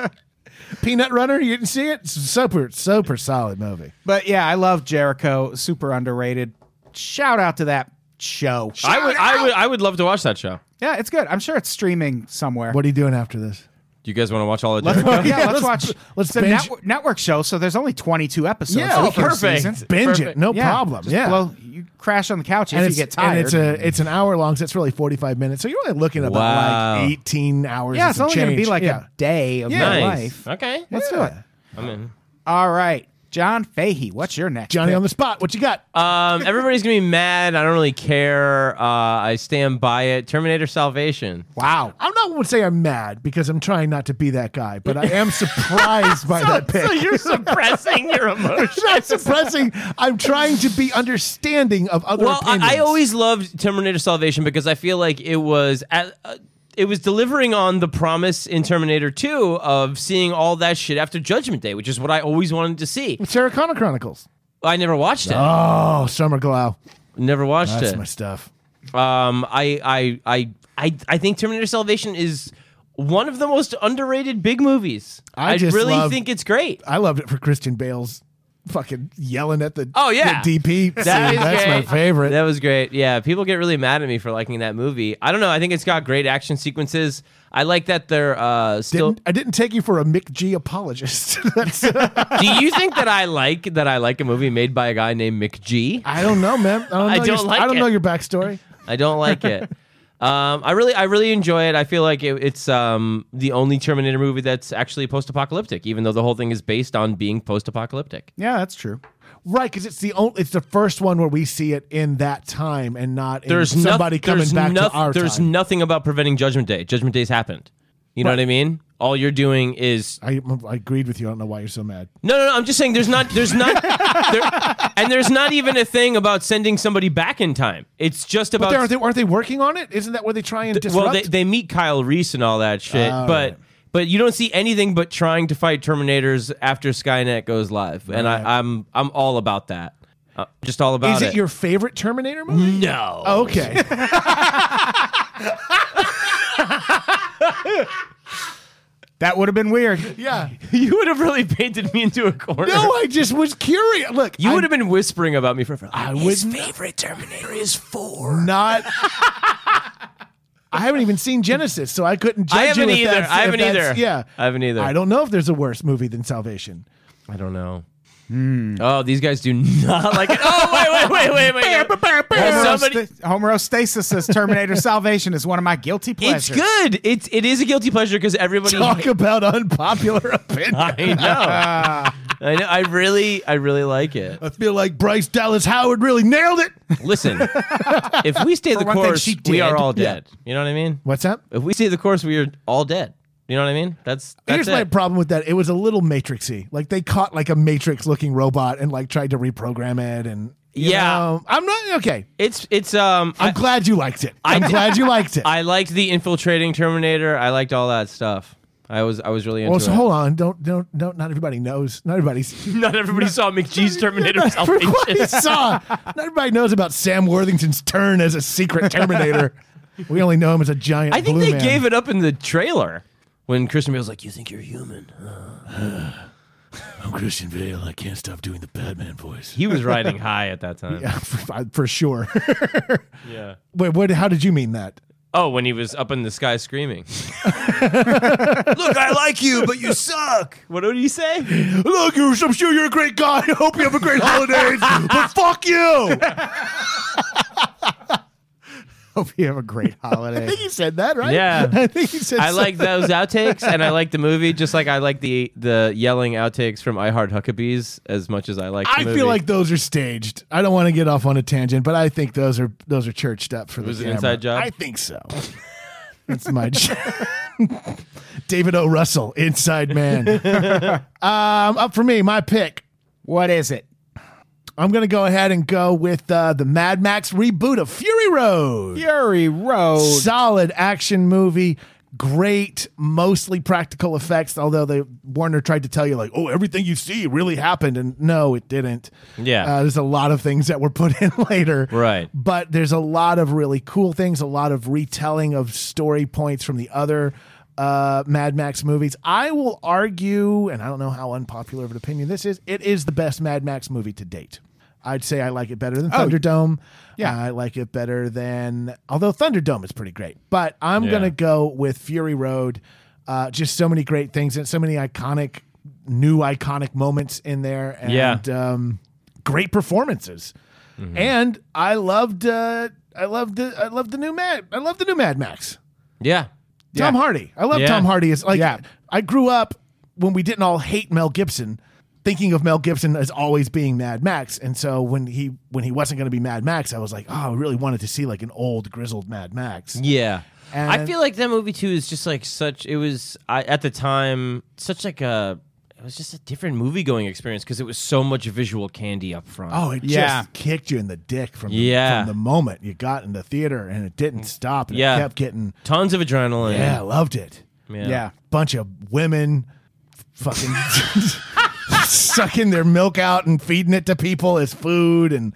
Peanut Runner, you didn't see it? Super, super solid movie. But yeah, I love Jericho. Super underrated. Shout out to that show. I would, I would, I would love to watch that show. Yeah, it's good. I'm sure it's streaming somewhere. What are you doing after this? Do you guys want to watch all of Let's, Jericho? yeah, let's, let's- watch. let's it's a binge- network, network show, so there's only 22 episodes. Yeah, so oh, we can perfect. season. Binge it, Perfect. no Yeah, problem. just Yeah. blow- you crash on the couch if you it's- get tired. And it's a it's an hour long, so it's really forty five minutes. So you're only looking at about Wow. like eighteen hours. yeah, and it's some only going to be change. like yeah. a day of my nice. life. Okay. Let's do it. I'm in. All right, John Fahey, what's your next? Johnny pick? on the spot. What you got? Um, everybody's gonna be mad. I don't really care. Uh, I stand by it. Terminator Salvation. wow. I'm not going to say I'm mad because I'm trying not to be that guy, but I am surprised by that pick. you're suppressing your emotions. It's not surprising. I'm trying to be understanding of other Well, opinions. I, I always loved Terminator Salvation because I feel like it was at, uh, it was delivering on the promise in Terminator 2 of seeing all that shit after Judgment Day, which is what I always wanted to see. Sarah Connor Chronicles. I never watched it. Oh, Summer Glau. never watched That's it. my stuff. Um, I, I, I, I, I think Terminator Salvation is one of the most underrated big movies. I just really love- think it's great. I loved it for Christian Bale's fucking yelling at the Oh, yeah. the DP. That scene. is That's my great. favorite. That was great. Yeah, people get really mad at me for liking that movie. I don't know. I think it's got great action sequences. I like that they're uh, still. Didn't- I didn't take you for a Mick G apologist. That's, Do you think that I like that I like a movie made by a guy named Mick G? I don't know, man. I don't, know I your don't st- like I don't it. know your backstory. I don't like it. Um, I really, I really enjoy it. I feel like it, it's um, the only Terminator movie that's actually post-apocalyptic, even though the whole thing is based on being post-apocalyptic. Yeah, that's true. Right, because it's the only, it's the first one where we see it in that time and not in There's noth- somebody coming there's back noth- to our There's time. nothing about preventing Judgment Day. Judgment Day's happened. You know what I mean? All you're doing is I, I agreed with you. I don't know why you're so mad. no, no, no. I'm just saying there's not, there's not, there, and there's not even a thing about sending somebody back in time. It's just But about they- aren't, they, aren't they working on it? Isn't that where they try and disrupt? well, they, they meet Kyle Reese and all that shit, Oh, but right. but you don't see anything but trying to fight Terminators after Skynet goes live, and I, I'm I'm all about that. Uh, just all about Is it your favorite Terminator movie? Oh, no? Okay. That would have been weird. yeah. you would have really painted me into a corner. No, I just was curious. Look, you I- would have been whispering about me for forever. I his favorite Terminator is four. Not. I haven't even seen Genesis, so I couldn't judge I haven't you if either. that's- I if haven't that's- either. Yeah, I haven't either. I don't know if there's a worse movie than Salvation. I don't know. Hmm. Oh, these guys do not like it. Oh, wait, wait, wait, wait, wait. Well, somebody, Homerosta- homerostasis says Terminator Salvation is one of my guilty it's pleasures. good. It's it is a guilty pleasure because everybody Talk about unpopular opinion. I know. I know. I really, I really like it. I feel like Bryce Dallas Howard really nailed it. Listen, if we stay the one thing, course, she we did. are all dead. You know what I mean? What's up? If we stay the course, we are all dead. You know what I mean? That's that's Here's my it. problem with that. It was a little matrixy. Like they caught like a matrix looking robot and like tried to reprogram it and you Yeah. know, I'm not okay. It's it's um. I'm I, glad you liked it. I'm I- glad you liked it. I liked the infiltrating Terminator. I liked all that stuff. I was I was really into well, so it. hold on. Don't don't don't not everybody knows. Not everybody's Not everybody saw McGee's Terminator everybody saw. Not everybody knows about Sam Worthington's turn as a secret Terminator. we only know him as a giant. I think blue they man. gave it up in the trailer when Christian Bale's like, "You think you're human?" I'm Christian Bale. I can't stop doing the Batman voice. He was riding high at that time. Yeah, for, for sure. yeah. Wait, what? How did you mean that? Oh, when he was up in the sky screaming. Look, I like you, but you suck. What did he say? Look, you're, I'm sure you're a great guy. I hope you have a great holidays. but fuck you. I Hope you have a great holiday. think he said that, right? Yeah. I think he said. I so- like those outtakes, and I like the movie just like I like the the yelling outtakes from I Heart Huckabees as much as I like. The I movie. feel like those are staged. I don't want to get off on a tangent, but I think those are those are churched up for the was an camera. inside job? I think so. That's my j- David O. Russell, Inside Man. um, up for me, my pick. What is it? I'm gonna go ahead and go with uh, the Mad Max reboot of Fury Road. Fury Road. solid action movie great mostly practical effects although the warner tried to tell you like oh everything you see really happened and no it didn't Yeah. uh, there's a lot of things that were put in later Right. but there's a lot of really cool things a lot of retelling of story points from the other uh, Mad Max movies. I will argue, and I don't know how unpopular of an opinion this is, it is the best Mad Max movie to date. I'd say I like it better than Thunderdome. yeah. I like it better than, although Thunderdome is pretty great, but I'm Yeah. going to go with Fury Road. Uh, just so many great things and so many iconic, new iconic moments in there. And, Yeah. Mm-hmm. um, great performances. And I loved, uh, I loved, the, I loved the new Mad, I loved the new Mad Max. yeah, Tom Yeah. Hardy. I love Yeah. Tom Hardy. Is like Yeah. I grew up when we didn't all hate Mel Gibson, thinking of Mel Gibson as always being Mad Max. And so when he when he wasn't going to be Mad Max, I was like, oh, I really wanted to see like an old grizzled Mad Max. yeah. I And- feel like that movie too is just like such. It was I at the time such like a. It was just a different movie going experience because it was so much visual candy up front. Oh, it Yeah. just kicked you in the dick from the, Yeah. Mm. from the moment you got in the theater, and it didn't stop. And Yeah. it kept getting tons of adrenaline. yeah, I loved it. yeah. yeah. Bunch of women, fucking. sucking their milk out and feeding it to people as food and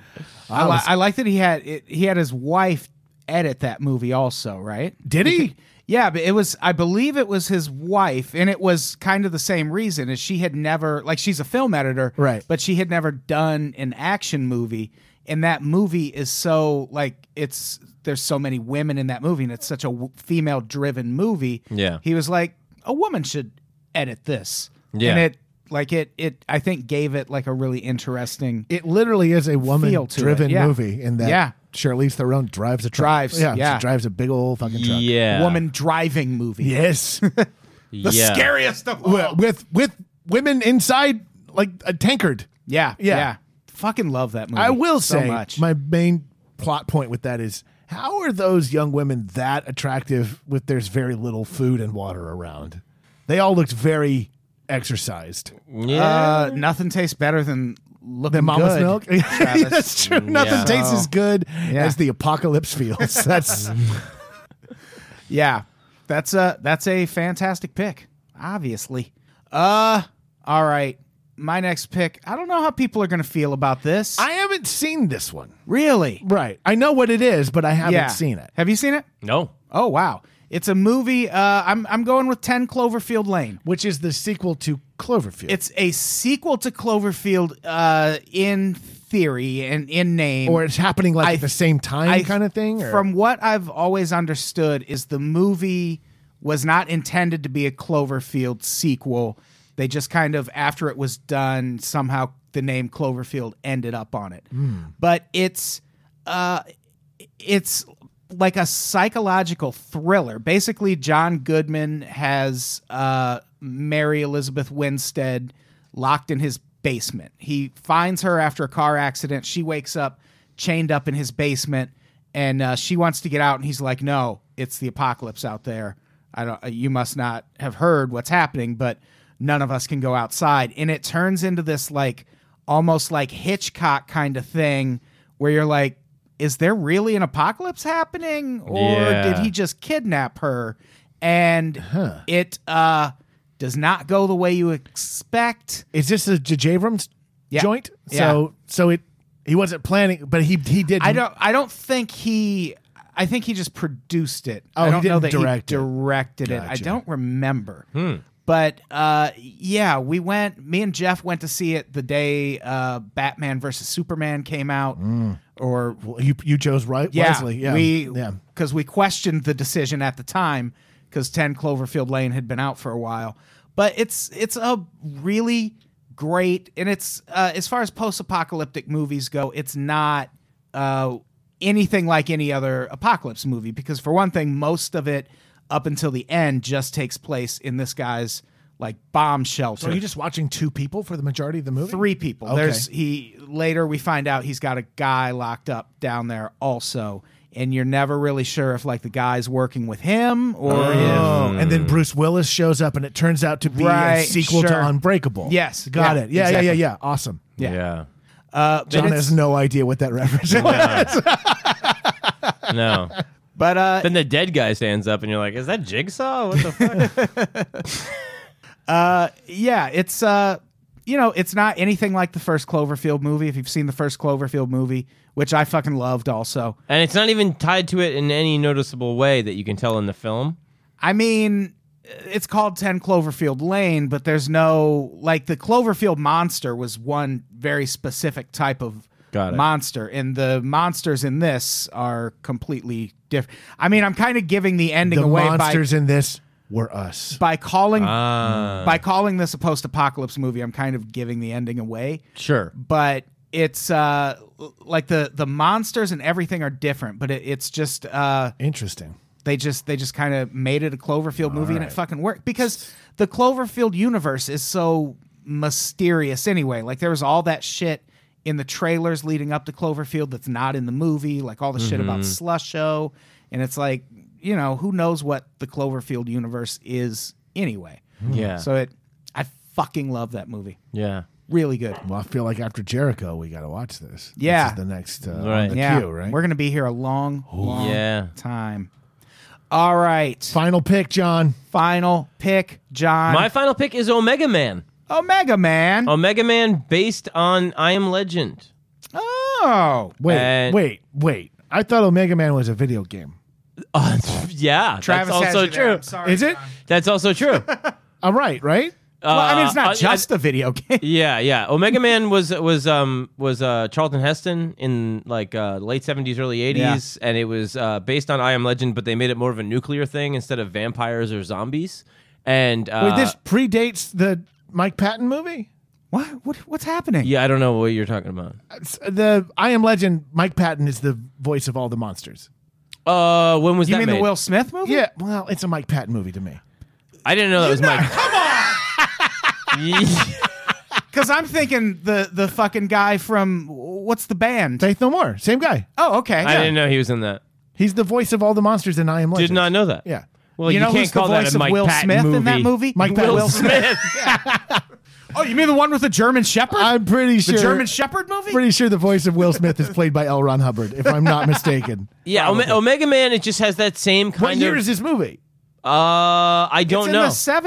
I, li- was- I like that he had it, he had his wife edit that movie also, right? Did he? Yeah, but it was I believe it was his wife, and it was kind of the same reason as she had never like she's a film editor, Right. But she had never done an action movie, and that movie is so like it's there's so many women in that movie, and it's such a female driven movie. Yeah. he was like a woman should edit this, Yeah. and it like it it I think gave it like a really interesting it literally is a Feel woman to driven it, yeah. movie in that Yeah. Charlize Theron drives a truck. Drives, yeah, yeah. She drives a big old fucking truck. Yeah. woman driving movie. Yes. The scariest of Well, with with women inside like a tankard. Yeah, Yeah. yeah, Fucking love that movie. I will so say much. my main plot point with that is how are those young women that attractive with there's very little food and water around? They all looked very exercised. Yeah. uh, nothing tastes better than looking Than mama's good, milk. Travis. That's true. Nothing tastes as good Yeah. as the apocalypse feels. That's Yeah, that's a that's a fantastic pick. Obviously. Uh, all right. My next pick. I don't know how people are gonna feel about this. I haven't seen this one. really Right. I know what it is, but I haven't yeah. seen it. Have you seen it? no. Oh wow, it's a movie. Uh, I'm I'm going with Ten Cloverfield Lane. Which is the sequel to Cloverfield. It's a sequel to Cloverfield. Uh, in theory and in name, or it's happening like I- at the same time I- kind of thing. or- From what I've always understood, is the movie was not intended to be a Cloverfield sequel. They just kind of, after it was done, somehow the name Cloverfield ended up on it. Hmm. But it's, uh, it's like a psychological thriller. Basically, John Goodman has uh, Mary Elizabeth Winstead locked in his basement. He finds her after a car accident. She wakes up chained up in his basement, and uh, she wants to get out, and he's like, "No, it's the apocalypse out there. I don't. uh, You must not have heard what's happening, but none of us can go outside." And it turns into this like almost like Hitchcock kind of thing, where you're like, "Is there really an apocalypse happening, or Yeah. did he just kidnap her?" And it uh, does not go the way you expect. Is this a J.J. Abrams Yeah. joint? So so it he wasn't planning, but he he did. I don't. I don't think he. I think he just produced it. Oh, I he don't know didn't that direct it. he directed it. I Gotcha. Hmm. don't remember. But uh, yeah, we went. Me and Jeff went to see it the day uh, Batman versus Superman came out, Mm. or Well, you you chose right yeah, wisely. Yeah, we yeah. because we questioned the decision at the time because Ten Cloverfield Lane had been out for a while. But it's it's a really great and it's uh, as far as post apocalyptic movies go, it's not uh, anything like any other apocalypse movie because for one thing, most of it up until the end just takes place in this guy's like bomb shelter So are you just watching two people for the majority of the movie? three people. Okay. There's he later we find out he's got a guy locked up down there also, and you're never really sure if like the guy's working with him or Oh, and then Bruce Willis shows up, and it turns out to be a Right, sequel sure. to Unbreakable. Yes, got yeah, it. Yeah, exactly. yeah, yeah, yeah. Awesome. Yeah. if uh, but John it's- has no idea what that reference was. No. but uh, then the dead guy stands up and you're like, is that Jigsaw? What the fuck? yeah, it's uh, you know, it's not anything like the first Cloverfield movie. If you've seen the first Cloverfield movie, which I fucking loved, also. and it's not even tied to it in any noticeable way that you can tell in the film. I mean, it's called 10 Cloverfield Lane, but there's no like the Cloverfield monster was one very specific type of Got it. monster and the monsters in this are completely different. I mean, I'm kind of giving the ending the away monsters in this were us. by by calling Ah. by calling this a post-apocalypse movie, I'm kind of giving the ending away Sure. but it's uh l- like the the monsters and everything are different but it, it's just uh Interesting. they just they just kind of made it a Cloverfield movie and it fucking worked because the Cloverfield universe is so mysterious anyway. Like there was all that shit in the trailers leading up to Cloverfield that's not in the movie, like all the shit about Mm-hmm. Slusho and it's like, you know, who knows what the Cloverfield universe is anyway. Yeah. So it I fucking love that movie. Yeah. Really good. Well, I feel like after Jericho, we got to watch this. Yeah. this is the next uh, on Right. the yeah. queue, right? We're going to be here a long, long Yeah. time. All right. Final pick, John. Final pick, John. My final pick is Omega Man. Omega Man. Omega Man based on I Am Legend. Oh. Wait, And- wait, wait. I thought Omega Man was a video game. Uh, yeah. Oh, Travis that's has also you there. true. I'm sorry, Is it? John. That's also true. All right, right? Well, I mean, it's Uh, not I- just a video game. Yeah, yeah. Omega Man was was um was uh Charlton Heston in like uh late seventies, early eighties, and it was uh based on I Am Legend, but they made it more of a nuclear thing instead of vampires or zombies. And uh, Wait, this predates the Mike Patton movie. What? what? What's happening? yeah, I don't know what you're talking about. It's- uh, The I Am Legend. Mike Patton is the voice of all the monsters. Uh, when was You that mean the made? Will Smith movie? Yeah, well, it's a Mike Patton movie to me. I didn't know that was Mike. Come on. Because I'm thinking the the fucking guy from what's the band? Faith No More, same guy. oh, okay. I Yeah. didn't know he was in that. He's the voice of all the monsters in I Am Legend. Did not know that. Yeah. Well, you, you know can't who's call the that voice a of Mike Will Patton Smith movie. in that movie? Mike Patton. Will Smith. Oh, you mean the one with the German Shepherd? I'm pretty the sure. German Shepherd movie? pretty sure the voice of Will Smith is played by L. Ron Hubbard, if I'm not mistaken. yeah, Ome- Omega Man. It just has that same kind what of. year is this movie? Uh, I don't it's in know.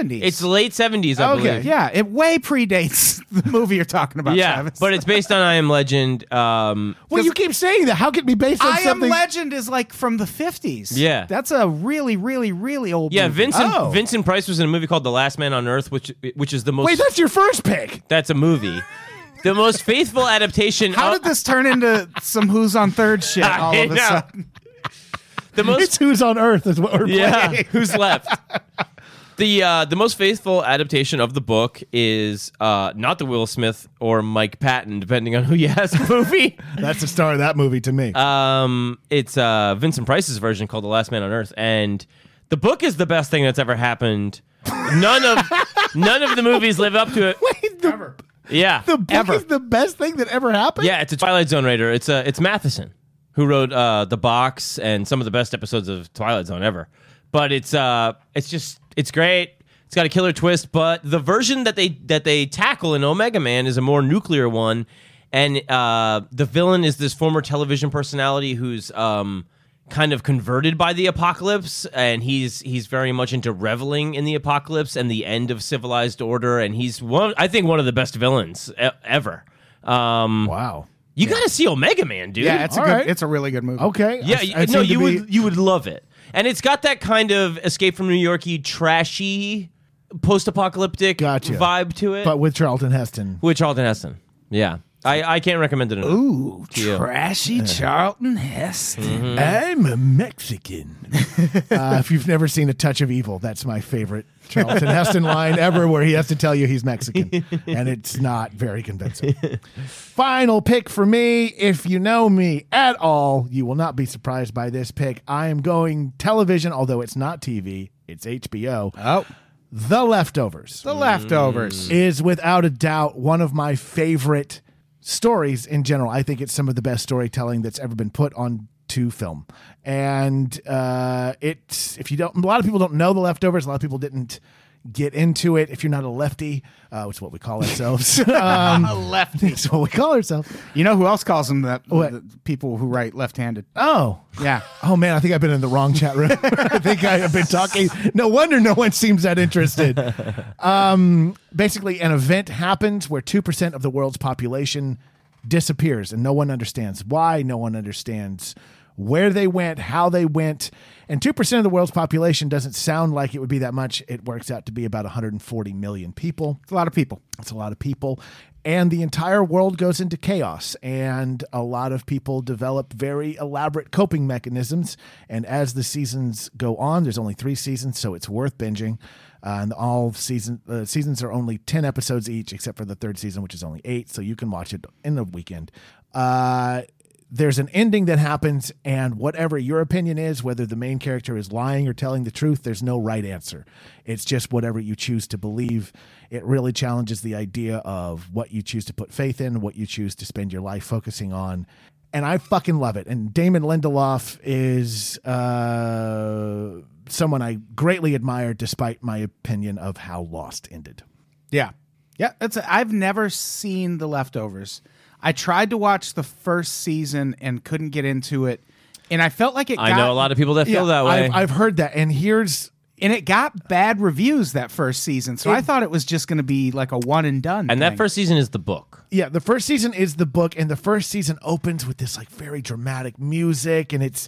the 70s. It's late seventies, I Okay. believe. yeah, it way predates the movie you're talking about, yeah, Travis. but it's based on I Am Legend. Um, Well, you keep saying that. How could it be based on I Am something? Legend is like from the 50s. Yeah. That's a really, really, really old yeah, movie. Vincent Oh. Vincent Price was in a movie called The Last Man on Earth, which which is the most Wait, that's your first pick. that's a movie, the most faithful adaptation. How of, did this turn into some Who's on Third shit all I of a know. sudden? the most It's Who's on Earth is what we're yeah playing. who's left? The uh, the most faithful adaptation of the book is uh, not the Will Smith or Mike Patton, depending on who you ask. Movie. That's the star of that movie to me. Um, it's uh, Vincent Price's version called The Last Man on Earth, and the book is the best thing that's ever happened. None of none of the movies live up to it. Wait, the, Yeah. The book Ever. is the best thing that ever happened. yeah, it's a Twilight Zone writer. It's uh, it's Matheson who wrote uh, The Box and some of the best episodes of Twilight Zone ever. But it's uh it's just it's great. It's got a killer twist, but the version that they that they tackle in Omega Man is a more nuclear one and uh the villain is this former television personality who's um kind of converted by the apocalypse and he's he's very much into reveling in the apocalypse and the end of civilized order and he's one I think one of the best villains e- ever. Um Wow. you gotta see Omega Man, dude. Yeah, it's a All good. right. It's a really good movie. Okay. yeah. I- you- I no, seem to you be- would you would love it, and it's got that kind of Escape from New Yorky, trashy, post-apocalyptic Gotcha. vibe to it. But with Charlton Heston. with Charlton Heston, yeah, I, I can't recommend it enough. Ooh, Yeah. Mm-hmm. trashy Charlton Heston. I'm a Mexican. uh, if you've never seen A Touch of Evil, that's my favorite Charlton Heston line ever, where he has to tell you he's Mexican, and it's not very convincing. Final pick for me. If you know me at all, you will not be surprised by this pick. I am going television, although it's not TV, it's HBO. Oh, The Leftovers the Mm. leftovers. is without a doubt one of my favorite stories in general. I think it's some of the best storytelling that's ever been put on to film. And uh, it's if you don't, a lot of people don't know the leftovers. A lot of people didn't get into it. If you're not a lefty, uh, which is what we call ourselves. um, A left. it's what we call ourselves. You know who else calls them that? What? the people who write left-handed. Oh. Yeah. Oh man, I think I've been in the wrong chat room. I think I have been talking. No wonder no one seems that interested. Um, basically, an event happens where 2% of the world's population disappears, and no one understands why, no one understands where they went, how they went. And 2% of the world's population doesn't sound like it would be that much. It works out to be about 140 million people. It's a lot of people. That's a lot of people. And the entire world goes into chaos, and a lot of people develop very elaborate coping mechanisms. And as the seasons go on, there's only three seasons, so it's worth binging. Uh, and all season uh, seasons are only ten episodes each, except for the third season, which is only eight. So you can watch it in the weekend. Uh, there's an ending that happens, and whatever your opinion is, whether the main character is lying or telling the truth, there's no right answer. It's just whatever you choose to believe. It really challenges the idea of what you choose to put faith in, what you choose to spend your life focusing on. And I fucking love it. And Damon Lindelof is uh, someone I greatly admire, despite my opinion of how Lost ended. Yeah. Yeah, that's i I've never seen The Leftovers. I tried to watch the first season and couldn't get into it. And I felt like it I got, know a lot of people that feel that way. I've, I've heard that. And here's and it got bad reviews that first season. So I thought it was just going to be like a one and done. and that thing. first season is the book. yeah the first season is the book and the first season opens with this like very dramatic music and it's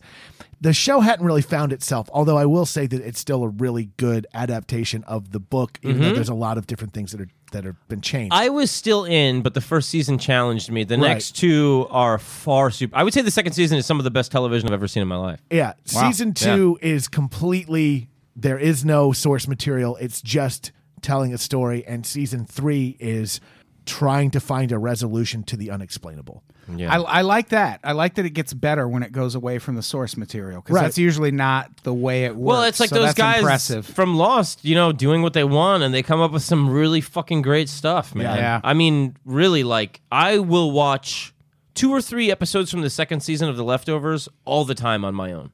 the show hadn't really found itself although i will say that it's still a really good adaptation of the book even though there's a lot of different things that are that have been changed I was still in, but the first season challenged me. The Right. next two are far super. I would say the second season is some of the best television I've ever seen in my life. yeah Wow. season two is completely there is no source material it's just telling a story and season three is trying to find a resolution to the unexplainable Yeah. I, I like that. I like that it gets better when it goes away from the source material because Right. that's usually not the way it works. Well, it's like So those that's guys Impressive. from Lost, you know, doing what they want, and they come up with some really fucking great stuff, man. Yeah. I mean, really, like I will watch two or three episodes from the second season of The Leftovers all the time on my own.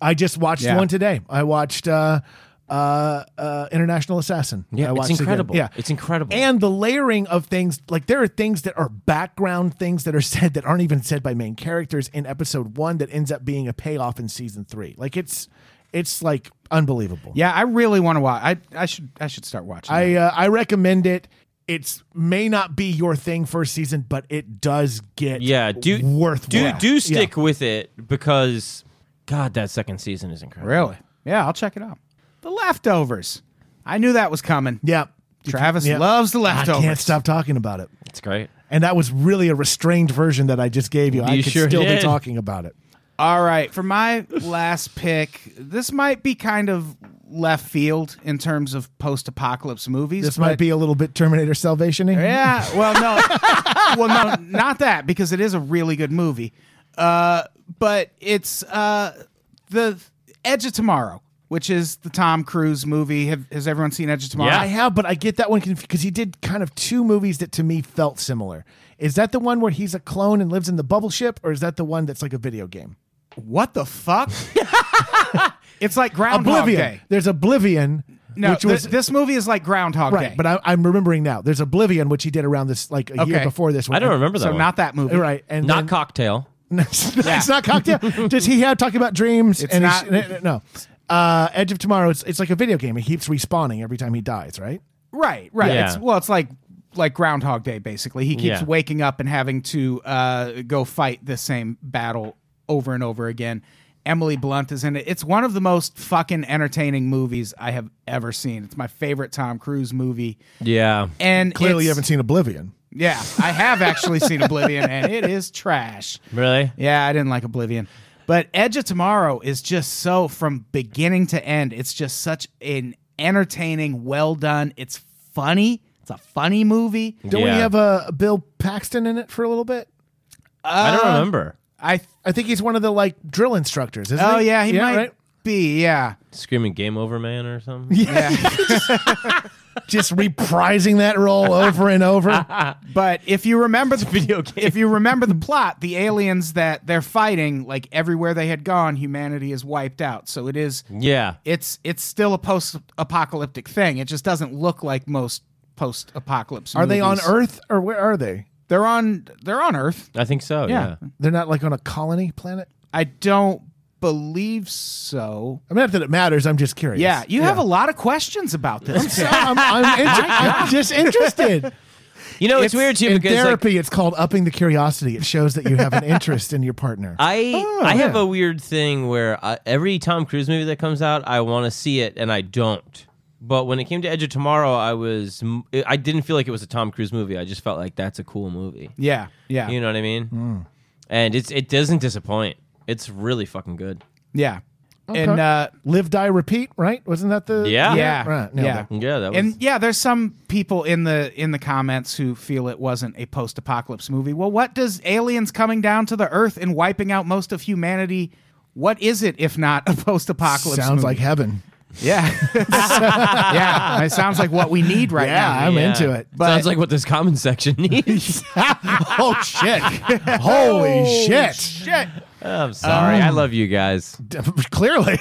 I just watched Yeah. one today. I watched uh, uh, uh, International Assassin. I Yeah, watched it's again. incredible. Yeah, it's incredible. and the layering of things like there are things that are background things that are said that aren't even said by main characters in episode one that ends up being a payoff in season three. Like it's it's like unbelievable. Yeah, I really want to watch. I, I should I should start watching. that. I uh, I recommend it. It's may not be your thing first season, but it does get yeah, do worthwhile. do do Yeah. stick with it because, God, that second season is incredible. Really? Yeah, I'll check it out. The leftovers. I knew that was coming. Yeah, Travis Yeah. loves the I leftovers. can't stop talking about it. It's great. And that was really a restrained version that I just gave you. I You could sure still be did. talking about it. All right, for my last pick, this might be kind of left field in terms of post-apocalypse movies. This might but- be a little bit Terminator Salvation Yeah. Well, no. well, no, not that because it is a really good movie. Uh, but it's uh, the Edge of Tomorrow. which is the Tom Cruise movie. Have, has everyone seen Edge of Tomorrow? Yeah. I have, but I get that one confused because he did kind of two movies that to me felt similar. Is that the one where he's a clone and lives in the bubble ship, or is that the one that's like a video game? What the fuck? it's like Groundhog Oblivion. Day. There's Oblivion, No, which was th- this movie is like Groundhog right. Day. But I, I'm remembering now. There's Oblivion, which he did around this like a year Okay. before this one. I don't remember that. so one. not that movie. Right, and Not then- cocktail. it's not cocktail. Does he have talking about dreams? It's and he's- not- no. Uh, Edge of Tomorrow. It's it's like a video game. He keeps respawning every time he dies. Right. Right, right. Yeah. It's, well, it's like like Groundhog Day. Basically, he keeps Yeah. waking up and having to uh, go fight the same battle over and over again. Emily Blunt is in it. It's one of the most fucking entertaining movies I have ever seen. It's my favorite Tom Cruise movie, Yeah. and Clearly, you it's- haven't seen Oblivion. Yeah, I have actually seen Oblivion, and it is trash. Really? Yeah, I didn't like Oblivion. But Edge of Tomorrow is just so from beginning to end. It's just such an entertaining, well done. It's funny. It's a funny movie. Don't we Yeah. have a uh, Bill Paxton in it for a little bit? I don't remember. I I think he's one of the like drill instructors. Isn't oh he? yeah, he might right? be yeah. Screaming game over man or something. just reprising that role over and over. But if you remember the video game, if you remember the plot, the aliens that they're fighting, like everywhere they had gone, humanity is wiped out. So it is Yeah. it's it's still a post-apocalyptic thing. It just doesn't look like most post-apocalypse. Are they on movies. Earth or where are they? They're on they're on Earth. I think so. Yeah. Yeah. They're not like on a colony planet. I don't believe so. I mean, not that it matters. I'm just curious. Yeah, you have a lot of questions about this. So I'm, I'm, inter- I'm just interested. You know, it's, It's- weird too In because like, therapy, it's called upping the curiosity. It shows that you have an interest in your partner. I I have yeah. a weird thing where I, every Tom Cruise movie that comes out, I want to see it and I don't. But when it came to Edge of Tomorrow, I was m- I didn't feel like it was a Tom Cruise movie. I just felt like that's a cool movie. yeah, yeah, You know what I mean? And it's it doesn't disappoint. It's really fucking good. yeah. And uh, Live, die, repeat. Right? Wasn't that the? Yeah. yeah, Right, nailed yeah. it. Yeah, that was And yeah, there's some people in the in the comments who feel it wasn't a post-apocalypse movie. Well, what does aliens coming down to the earth and wiping out most of humanity? What is it if not a post-apocalypse? Sounds movie? like heaven. yeah, yeah. It sounds like what we need right Yeah, now. I'm into it. But- Sounds like what this comment section needs. oh shit! Holy shit! Shit. I'm sorry. I love you guys. Clearly,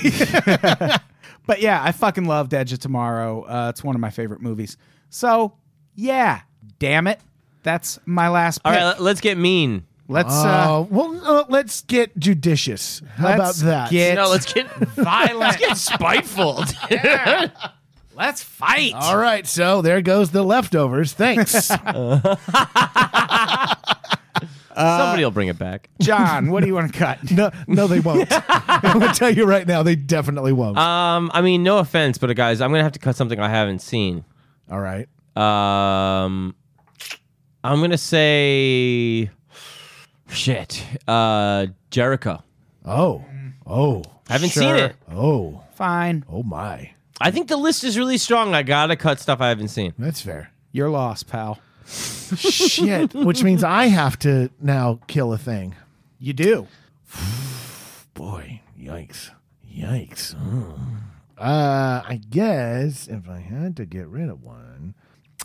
But yeah, I fucking loved Edge of Tomorrow. Uh, it's one of my favorite movies. So yeah, damn it, that's my last. Pick. All right, let- let's get mean. let's Uh, uh, well, uh, let's get judicious. How about let's that? Get, No, let's get violent. let's get spiteful. dude. let's fight. All right, so there goes the leftovers. Thanks. Somebody will bring it back. John, what do you want to cut? no, no, they won't. I'm gonna tell you right now, they definitely won't. Um, I mean, no offense, but uh, guys, I'm gonna have to cut something I haven't seen. All right, Um, I'm gonna say, shit, uh, Jericho. Oh, oh, I haven't seen it. oh, Fine, oh my! I think the list is really strong. I gotta cut stuff I haven't seen. That's fair. you're lost, pal. Shit, which means I have to now kill a thing. You do. Boy, yikes, yikes. Mm. Uh, I guess if I had to get rid of one.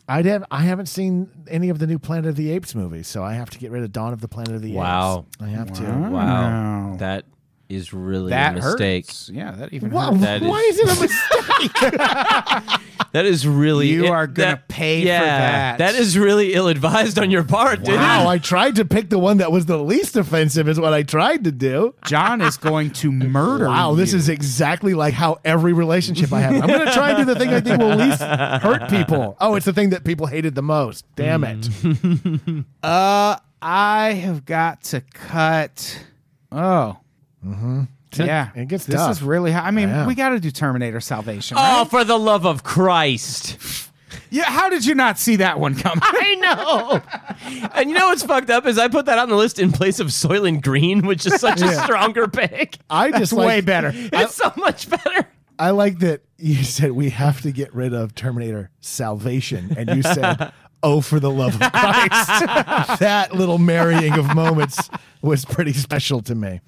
I'd have, I haven't seen any of the new Planet of the Apes movies, so I have to get rid of Dawn of the Planet of the Wow. Apes. I have to. Wow, that is really That a mistake. hurts. Yeah, that even Wha- hurts. That is- why is it a mistake? That is really You it- are gonna pay for that. That is really ill advised on your part, dude. Wow, I tried to pick the one that was the least offensive, is what I tried to do. John is going to murder. Wow, this you. is exactly like how every relationship I have. I'm going to try and do the thing I think will least hurt people. Oh, it's the thing that people hated the most. Damn it. Mm. Uh, I have got to cut. Oh. Mm-hmm. Yeah, It gets this tough. is really. High. I mean, Yeah. we got to do Terminator Salvation. right? Oh, for the love of Christ! Yeah, how did you not see that one coming? I know. and you know what's fucked up is I put that on the list in place of Soylent Green, which is such a stronger pick. I just like, way better. It's so much better. I like that you said we have to get rid of Terminator Salvation, and you said, "Oh, for the love of Christ!" that little marrying of moments was pretty special to me.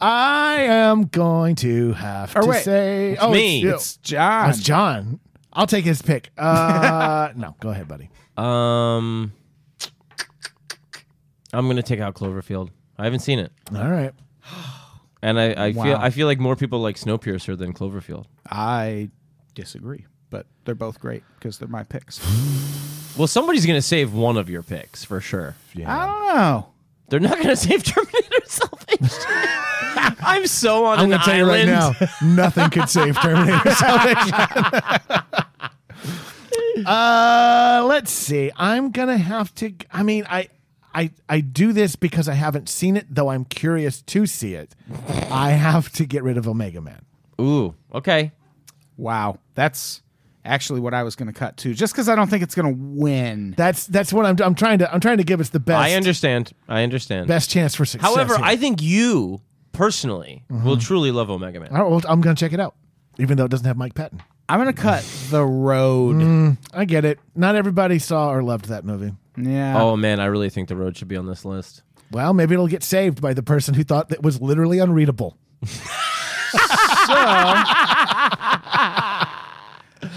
I am going to have Or to wait, say, oh, me. you. It's John. That's John. I'll take his pick. Uh, no, go ahead, buddy. Um, I'm gonna take out Cloverfield. I haven't seen it, All right. and I, I feel Wow. I feel like more people like Snowpiercer than Cloverfield. I disagree, but they're both great because they're my picks. Well, somebody's gonna save one of your picks for sure. I don't know. They're not gonna save Terminator Salvation. I'm so on I'm an going to tell you right island. now, nothing could save Terminator Salvation. uh, let's see. I'm going to have to. I mean, I. I, I do this because I haven't seen it, though I'm curious to see it. I have to get rid of Omega Man. Ooh, okay. Wow, that's actually what I was going to cut to, just because I don't think it's going to win. That's that's what I'm I'm trying to I'm trying to give us the best I understand. I understand. best chance for success. However, here. I think you personally Mm-hmm. will truly love Omega Man. All right, well, I'm going to check it out, even though it doesn't have Mike Patton. I'm going to cut the road. I get it. Not everybody saw or loved that movie. Yeah. Oh man, I really think the road should be on this list. Well, maybe it'll get saved by the person who thought that was literally unreadable.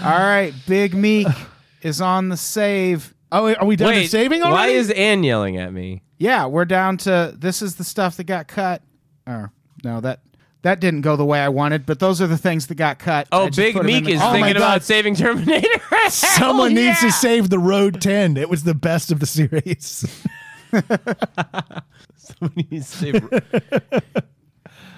All right, Big Meek is on the save. Oh, are we done with Wait, saving why already? is Anne yelling at me? Yeah, we're down to this is the stuff that got cut. Or no, that that didn't go the way I wanted, but those are the things that got cut. I Oh, just Big put 'em in Meek the- is Oh my thinking God. about saving Terminator. Someone Hell needs yeah. to save The Road 10. It was the best of the series. Someone needs to save.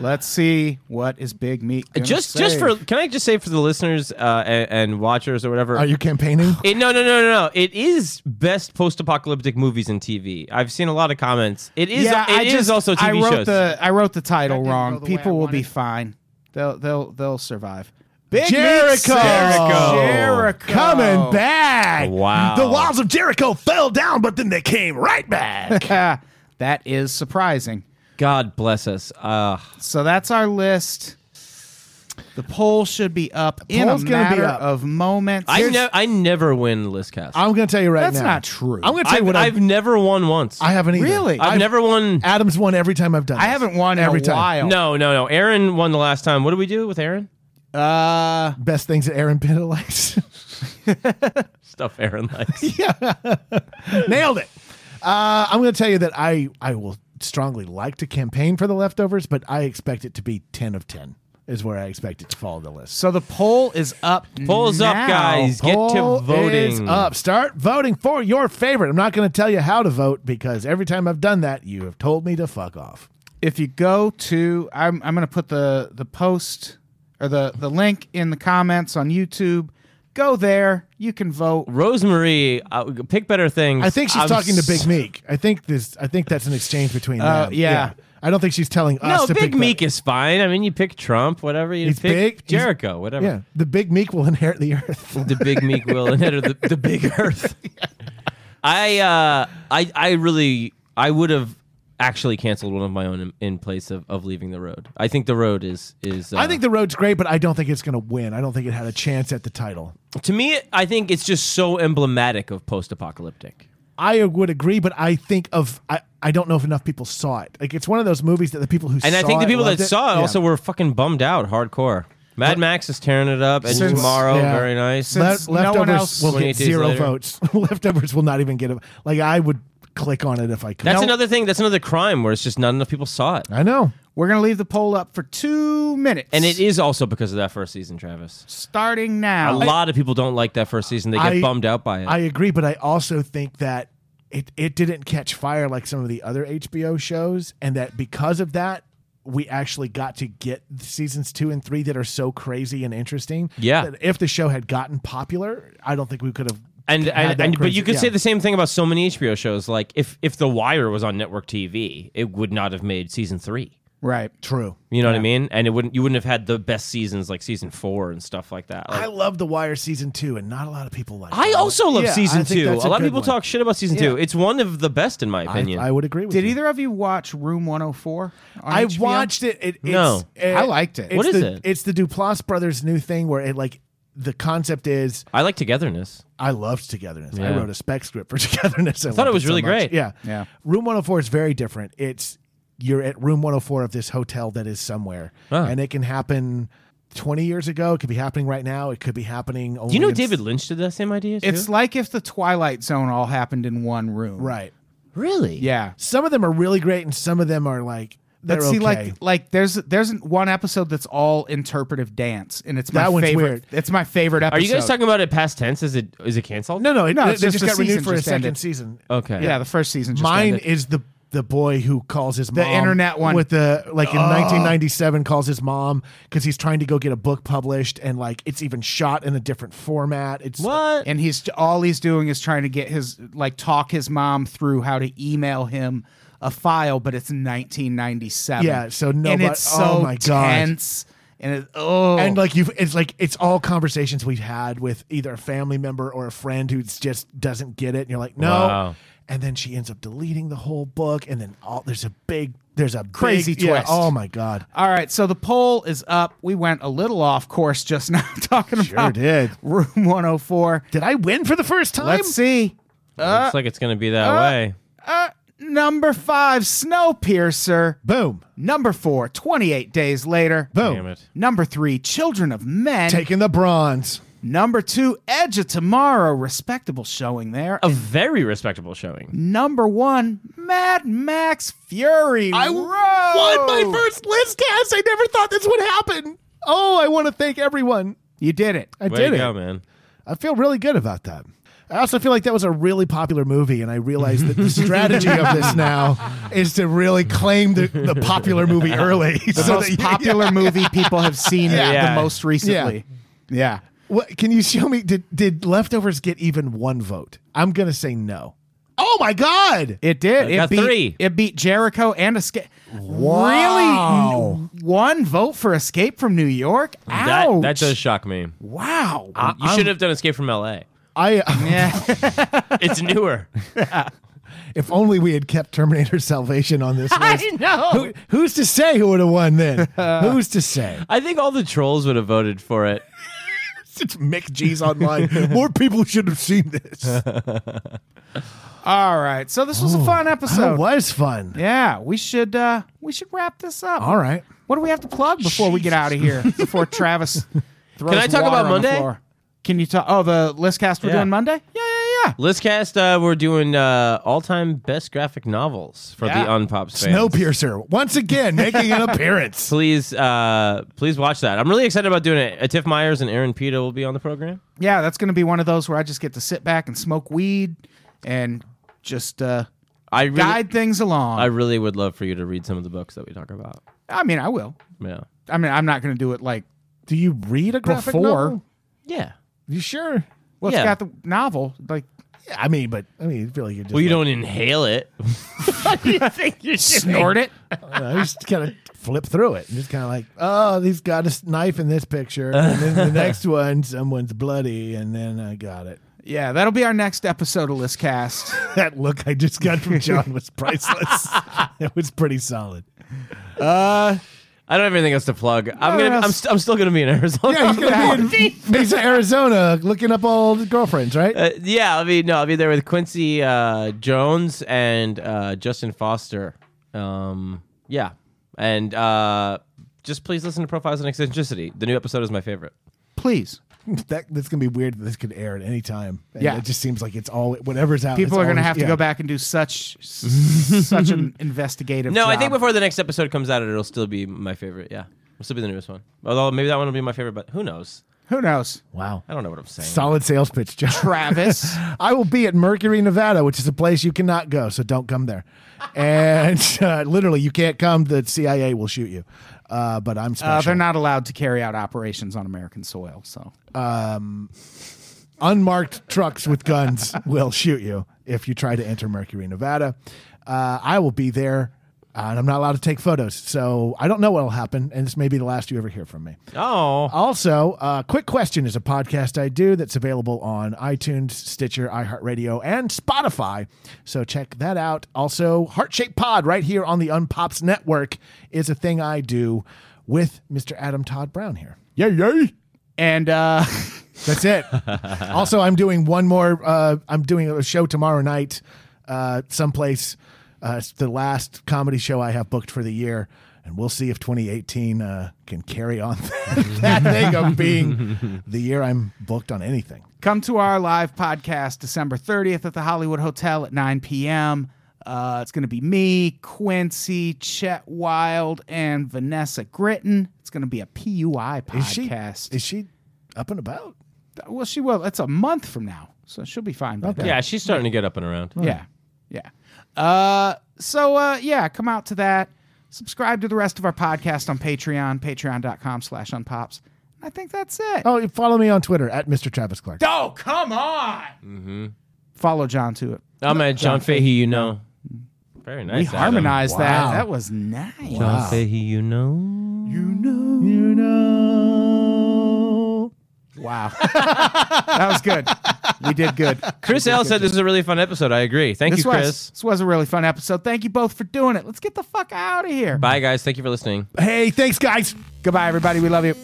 Let's see what is Big Meek. gonna just, just save. for can I just say for the listeners uh, and, and watchers or whatever? Are you campaigning? It, no, no, no, no, no. It is best post-apocalyptic movies and TV. I've seen a lot of comments. It is. yeah, it is I just, also TV I wrote shows. the I wrote the title go wrong. the way I People will be wanted. fine. They'll they'll they'll survive. Big Meek Jericho! saves Jericho Coming back. Wow. The walls of Jericho fell down, but then they came right back. back. that is surprising. God bless us. Uh, So that's our list. The poll should be up in a poll's gonna be matter up. of moments. I Here's- ne- I never win list cast. I'm going to tell you right That's now. not true. I'm going to tell I've, you what I've I've, never won once. I haven't either. Really? I've, never won. Adam's won every time I've done I this. haven't won Every every in a time. while. No, no, no. Aaron won the last time. What did we do with Aaron? Uh, Best things that Aaron Pitta likes. Stuff Aaron likes. Nailed it. Uh, I'm going to tell you that I, I will strongly like to campaign for the leftovers, but I expect it to be 10 of 10 is where I expect it to fall on the list. so the poll is up. Polls up, now. guys. Get Poll to voting. is up. Start voting for your favorite. I'm not going to tell you how to vote because every time I've done that, you have told me to fuck off. If you go to, I'm I'm gonna put the the post or the the link in the comments on YouTube. Go there. You can vote. Rosemary, uh, pick better things. I think she's I'm talking to Big s- Oh, Meek. I think this. I think that's an exchange between Uh, them. yeah. I don't think she's telling us. No, to Big pick Meek is fine. I mean, you pick Trump, whatever. You He's pick big, he's- Jericho, that. whatever. Yeah, the Big Meek will inherit the earth. The Big Meek will enter the, the Big Earth. I, uh, I, I really, I would have actually canceled one of my own in, in place of, of leaving the road. I think the road is is. Uh, I think the road's great, but I don't think it's going to win. I don't think it had a chance at the title. to me, I think it's just so emblematic of post-apocalyptic. I would agree, but I think of I, I don't know if enough people saw it. Like it's one of those movies that the people who And saw I think the it people that loved saw it Yeah. also were fucking bummed out hardcore. Mad Max is tearing it up, and Since- tomorrow, yeah. very nice. Le- Since no one leftovers else- will get 28 days zero later. votes. leftovers will not even get a like. I would click on it if I could. That's No. another thing. That's another crime where it's just not enough people saw it, I know. We're gonna leave the poll up for two minutes, and it is also because of that first season, Travis. starting A now. lot of people don't like that first season. They get I- bummed out by it. I agree, but I also think that it it didn't catch fire like some of the other HBO shows, and that because of that. We actually got to get seasons two and three that are so crazy and interesting. Yeah. that if the show had gotten popular, I don't think we could have. and had and, that and but crazy- you could yeah. say the same thing about so many HBO shows. Like if if The Wire was on network TV, it would not have made season three. right. True. You know what I mean? And it wouldn't. You wouldn't have had the best seasons like season four and stuff like that. Like- I love The Wire season two, and not a lot of people like. I it. also love Yeah, I season think two. A that's lot of good people one. talk shit about season two. It's one of the best in my I, opinion. I would agree with Did you. either of you watch Room 104? on I HBO? watched it. it it's, No. uh, I liked it. it's What is the- it? It's the Duplass brothers' new thing where it like the concept is I like togetherness. I loved Togetherness. I Yeah. wrote a spec script for Togetherness. I, thought it loved was so really much. great. Yeah, Yeah. Room 104 is very different. It's you're at room 104 of this hotel that is somewhere, Ah. and it can happen. 20 years ago, it could be happening right now. It could be happening. Only Do you know in- David Lynch did that same idea? Too? It's like if the Twilight Zone all happened in one room. right? really Yeah. Some of them are really great, and some of them are like they're But see, okay. like, like there's there's one episode that's all interpretive dance, and it's my That one's favorite. weird. It's my favorite episode. Are you guys talking about it past tense? Is it is it canceled? no, no, it, No, they it's they just just the got renewed season for a just second ended. season. Okay. Yeah, the first season. Just Mine ended. is the the boy who calls his mom internet one. Oh. with the like in 1997 calls his mom because he's trying to go get a book published and like it's even shot in a different format. It's What? and he's all he's doing is trying to get his like talk his mom through how to email him a file, but it's 1997. Yeah, so no- and but- it's so oh my God. tense, and it, oh, and like you've it's like it's all conversations we've had with either a family member or a friend who's just doesn't get it and you're like no Wow. and then she ends up deleting the whole book and then all there's a big there's a Crazy big- yeah, twist. oh my god All right, so the poll is up. We went a little off course just now talking Sure about did. room 104. did i win for the first time Let's see. Looks like it's gonna be Uh, that way. Number 5 Snowpiercer. boom Number 4 28 Days Later. boom Damn it. Number 3 Children of Men. taking the bronze Number 2 Edge of Tomorrow, respectable showing there. A very respectable showing. Number 1 Mad Max Fury Road. won my first list cast. I never thought this would happen. Oh, I want to thank everyone. You did it. I Way did to it. go, man. I feel really good about that. I also feel like that was a really popular movie, and I realized that the strategy of this now is to really claim the, the popular movie early. The so most that you- popular movie people have seen Yeah. the most recently. Yeah. What, can you show me? Did, did Leftovers get even one vote? I'm going to say no. Oh my God. It did. It got beat, three. It beat Jericho and Escape. Really? N- One vote for Escape from New York? Ouch. That that does shock me. wow. you should have done Escape from L.A. I, yeah. It's newer. if only we had kept Terminator Salvation on this list. know. Who, who's to say who would have won then? who's to say? I think all the trolls would have voted for it. It's Mick G's online. More people should have seen this. All right. So this was a fun episode. That was fun. Yeah, we should uh we should wrap this up. All right. What do we have to plug before we get out of here? Before Travis throws Can I talk water on about the Monday? floor. Can you talk? Oh, the list cast we're Yeah. doing Monday. Yeah, yeah, yeah. Listcast, uh, we're doing uh, all-time best graphic novels for Yeah. the Unpops fans. Snowpiercer once again making an appearance. Please, uh, please watch that. I'm really excited about doing it. Uh, Tiff Myers and Aaron Pita will be on the program. Yeah, that's going to be one of those where I just get to sit back and smoke weed and just uh I really, guide things along. I really would love for you to read some of the books that we talk about. I mean, I will. Yeah. I mean, I'm not going to do it like Do you read a graphic Before- novel? Yeah. You sure? well. It's Yeah. got the novel. Like Yeah, I mean, but I mean, I feel like you're just Well, you like, don't inhale it. snort it. I uh, just kind of flip through it and just kind of like, oh, he's got a s- knife in this picture, and then the next one, someone's bloody, and then I got it. Yeah, that'll be our next episode of Listcast. That look I just got from John was priceless. it was pretty solid. I don't have anything else to plug. I'm gonna. else? I'm, st- I'm still guld to be in Arizona. Yeah, he's gonna be in Mesa, Arizona, looking up old girlfriends, right? Uh, yeah, I'll be no, I'll be there with Quincy uh, Jones and uh, Justin Foster. Um, yeah, and uh, just please listen to Profiles and Eccentricity. The new episode is my favorite. Please, that that's gonna be weird. That this could air at any time. And Yeah. it just seems like it's all whatever's out. people it's are going to always- have to yeah. go back and do such s- such an investigative. No, I job. think before the next episode comes out, it'll still be my favorite. Yeah, it'll still be the newest one. Although maybe that one will be my favorite, but who knows? who knows, Wow, I don't know what I'm saying. solid sales pitch, John. Travis. I will be at Mercury, Nevada, which is a place you cannot go, so don't come there. And uh, literally, you can't come. The CIA will shoot you. Uh, but I'm uh, special. they're not allowed to carry out operations on American soil. So Unmarked trucks with guns will shoot you if you try to enter Mercury, Nevada. Uh, I will be there, uh, and I'm not allowed to take photos, so I don't know what will happen. And this may be the last you ever hear from me. Oh, Also, uh, Quick Question is a podcast I do that's available on iTunes, Stitcher, iHeartRadio, and Spotify. So check that out. Also, Heart Shape Pod right here on the Unpops Network is a thing I do with Mr. Adam Todd Brown here. Yay, yay. and uh, That's it. also, I'm doing one more. Uh, I'm doing a show tomorrow night, uh, someplace. Uh, it's the last comedy show I have booked for the year, and we'll see if 2018 uh, can carry on that thing of being the year I'm booked on anything. Come to our live podcast December 30th at the Hollywood Hotel at 9 p.m. Uh, it's going to be me, Quincy, Chet Wild, and Vanessa Gritton. It's going to be a PUI Is she? podcast. Is she up and about? well, she will. That's a month from now, so she'll be fine. By then. Yeah, she's starting to get up and around. Yeah. Yeah. Uh, so uh, yeah, come out to that. Subscribe to the rest of our podcast on Patreon, patreon.com slash unpops. I think that's it. Oh, Oh, you follow me on Twitter at Mr. Travis Clark. come on. Mm-hmm. Follow John to it. I'm at Oh, John Fahey, you know. Very nice. We Adam. harmonized that. Wow. That was nice. John Fahey, you know. You know, you know. Wow. that was good. We did good. Chris L said this is a really fun episode. I agree. Thank This you, was, Chris. this was a really fun episode. Thank you both for doing it. Let's get the fuck out of here. Bye, guys. Thank you for listening. Hey, thanks, guys. Goodbye, everybody. We love you.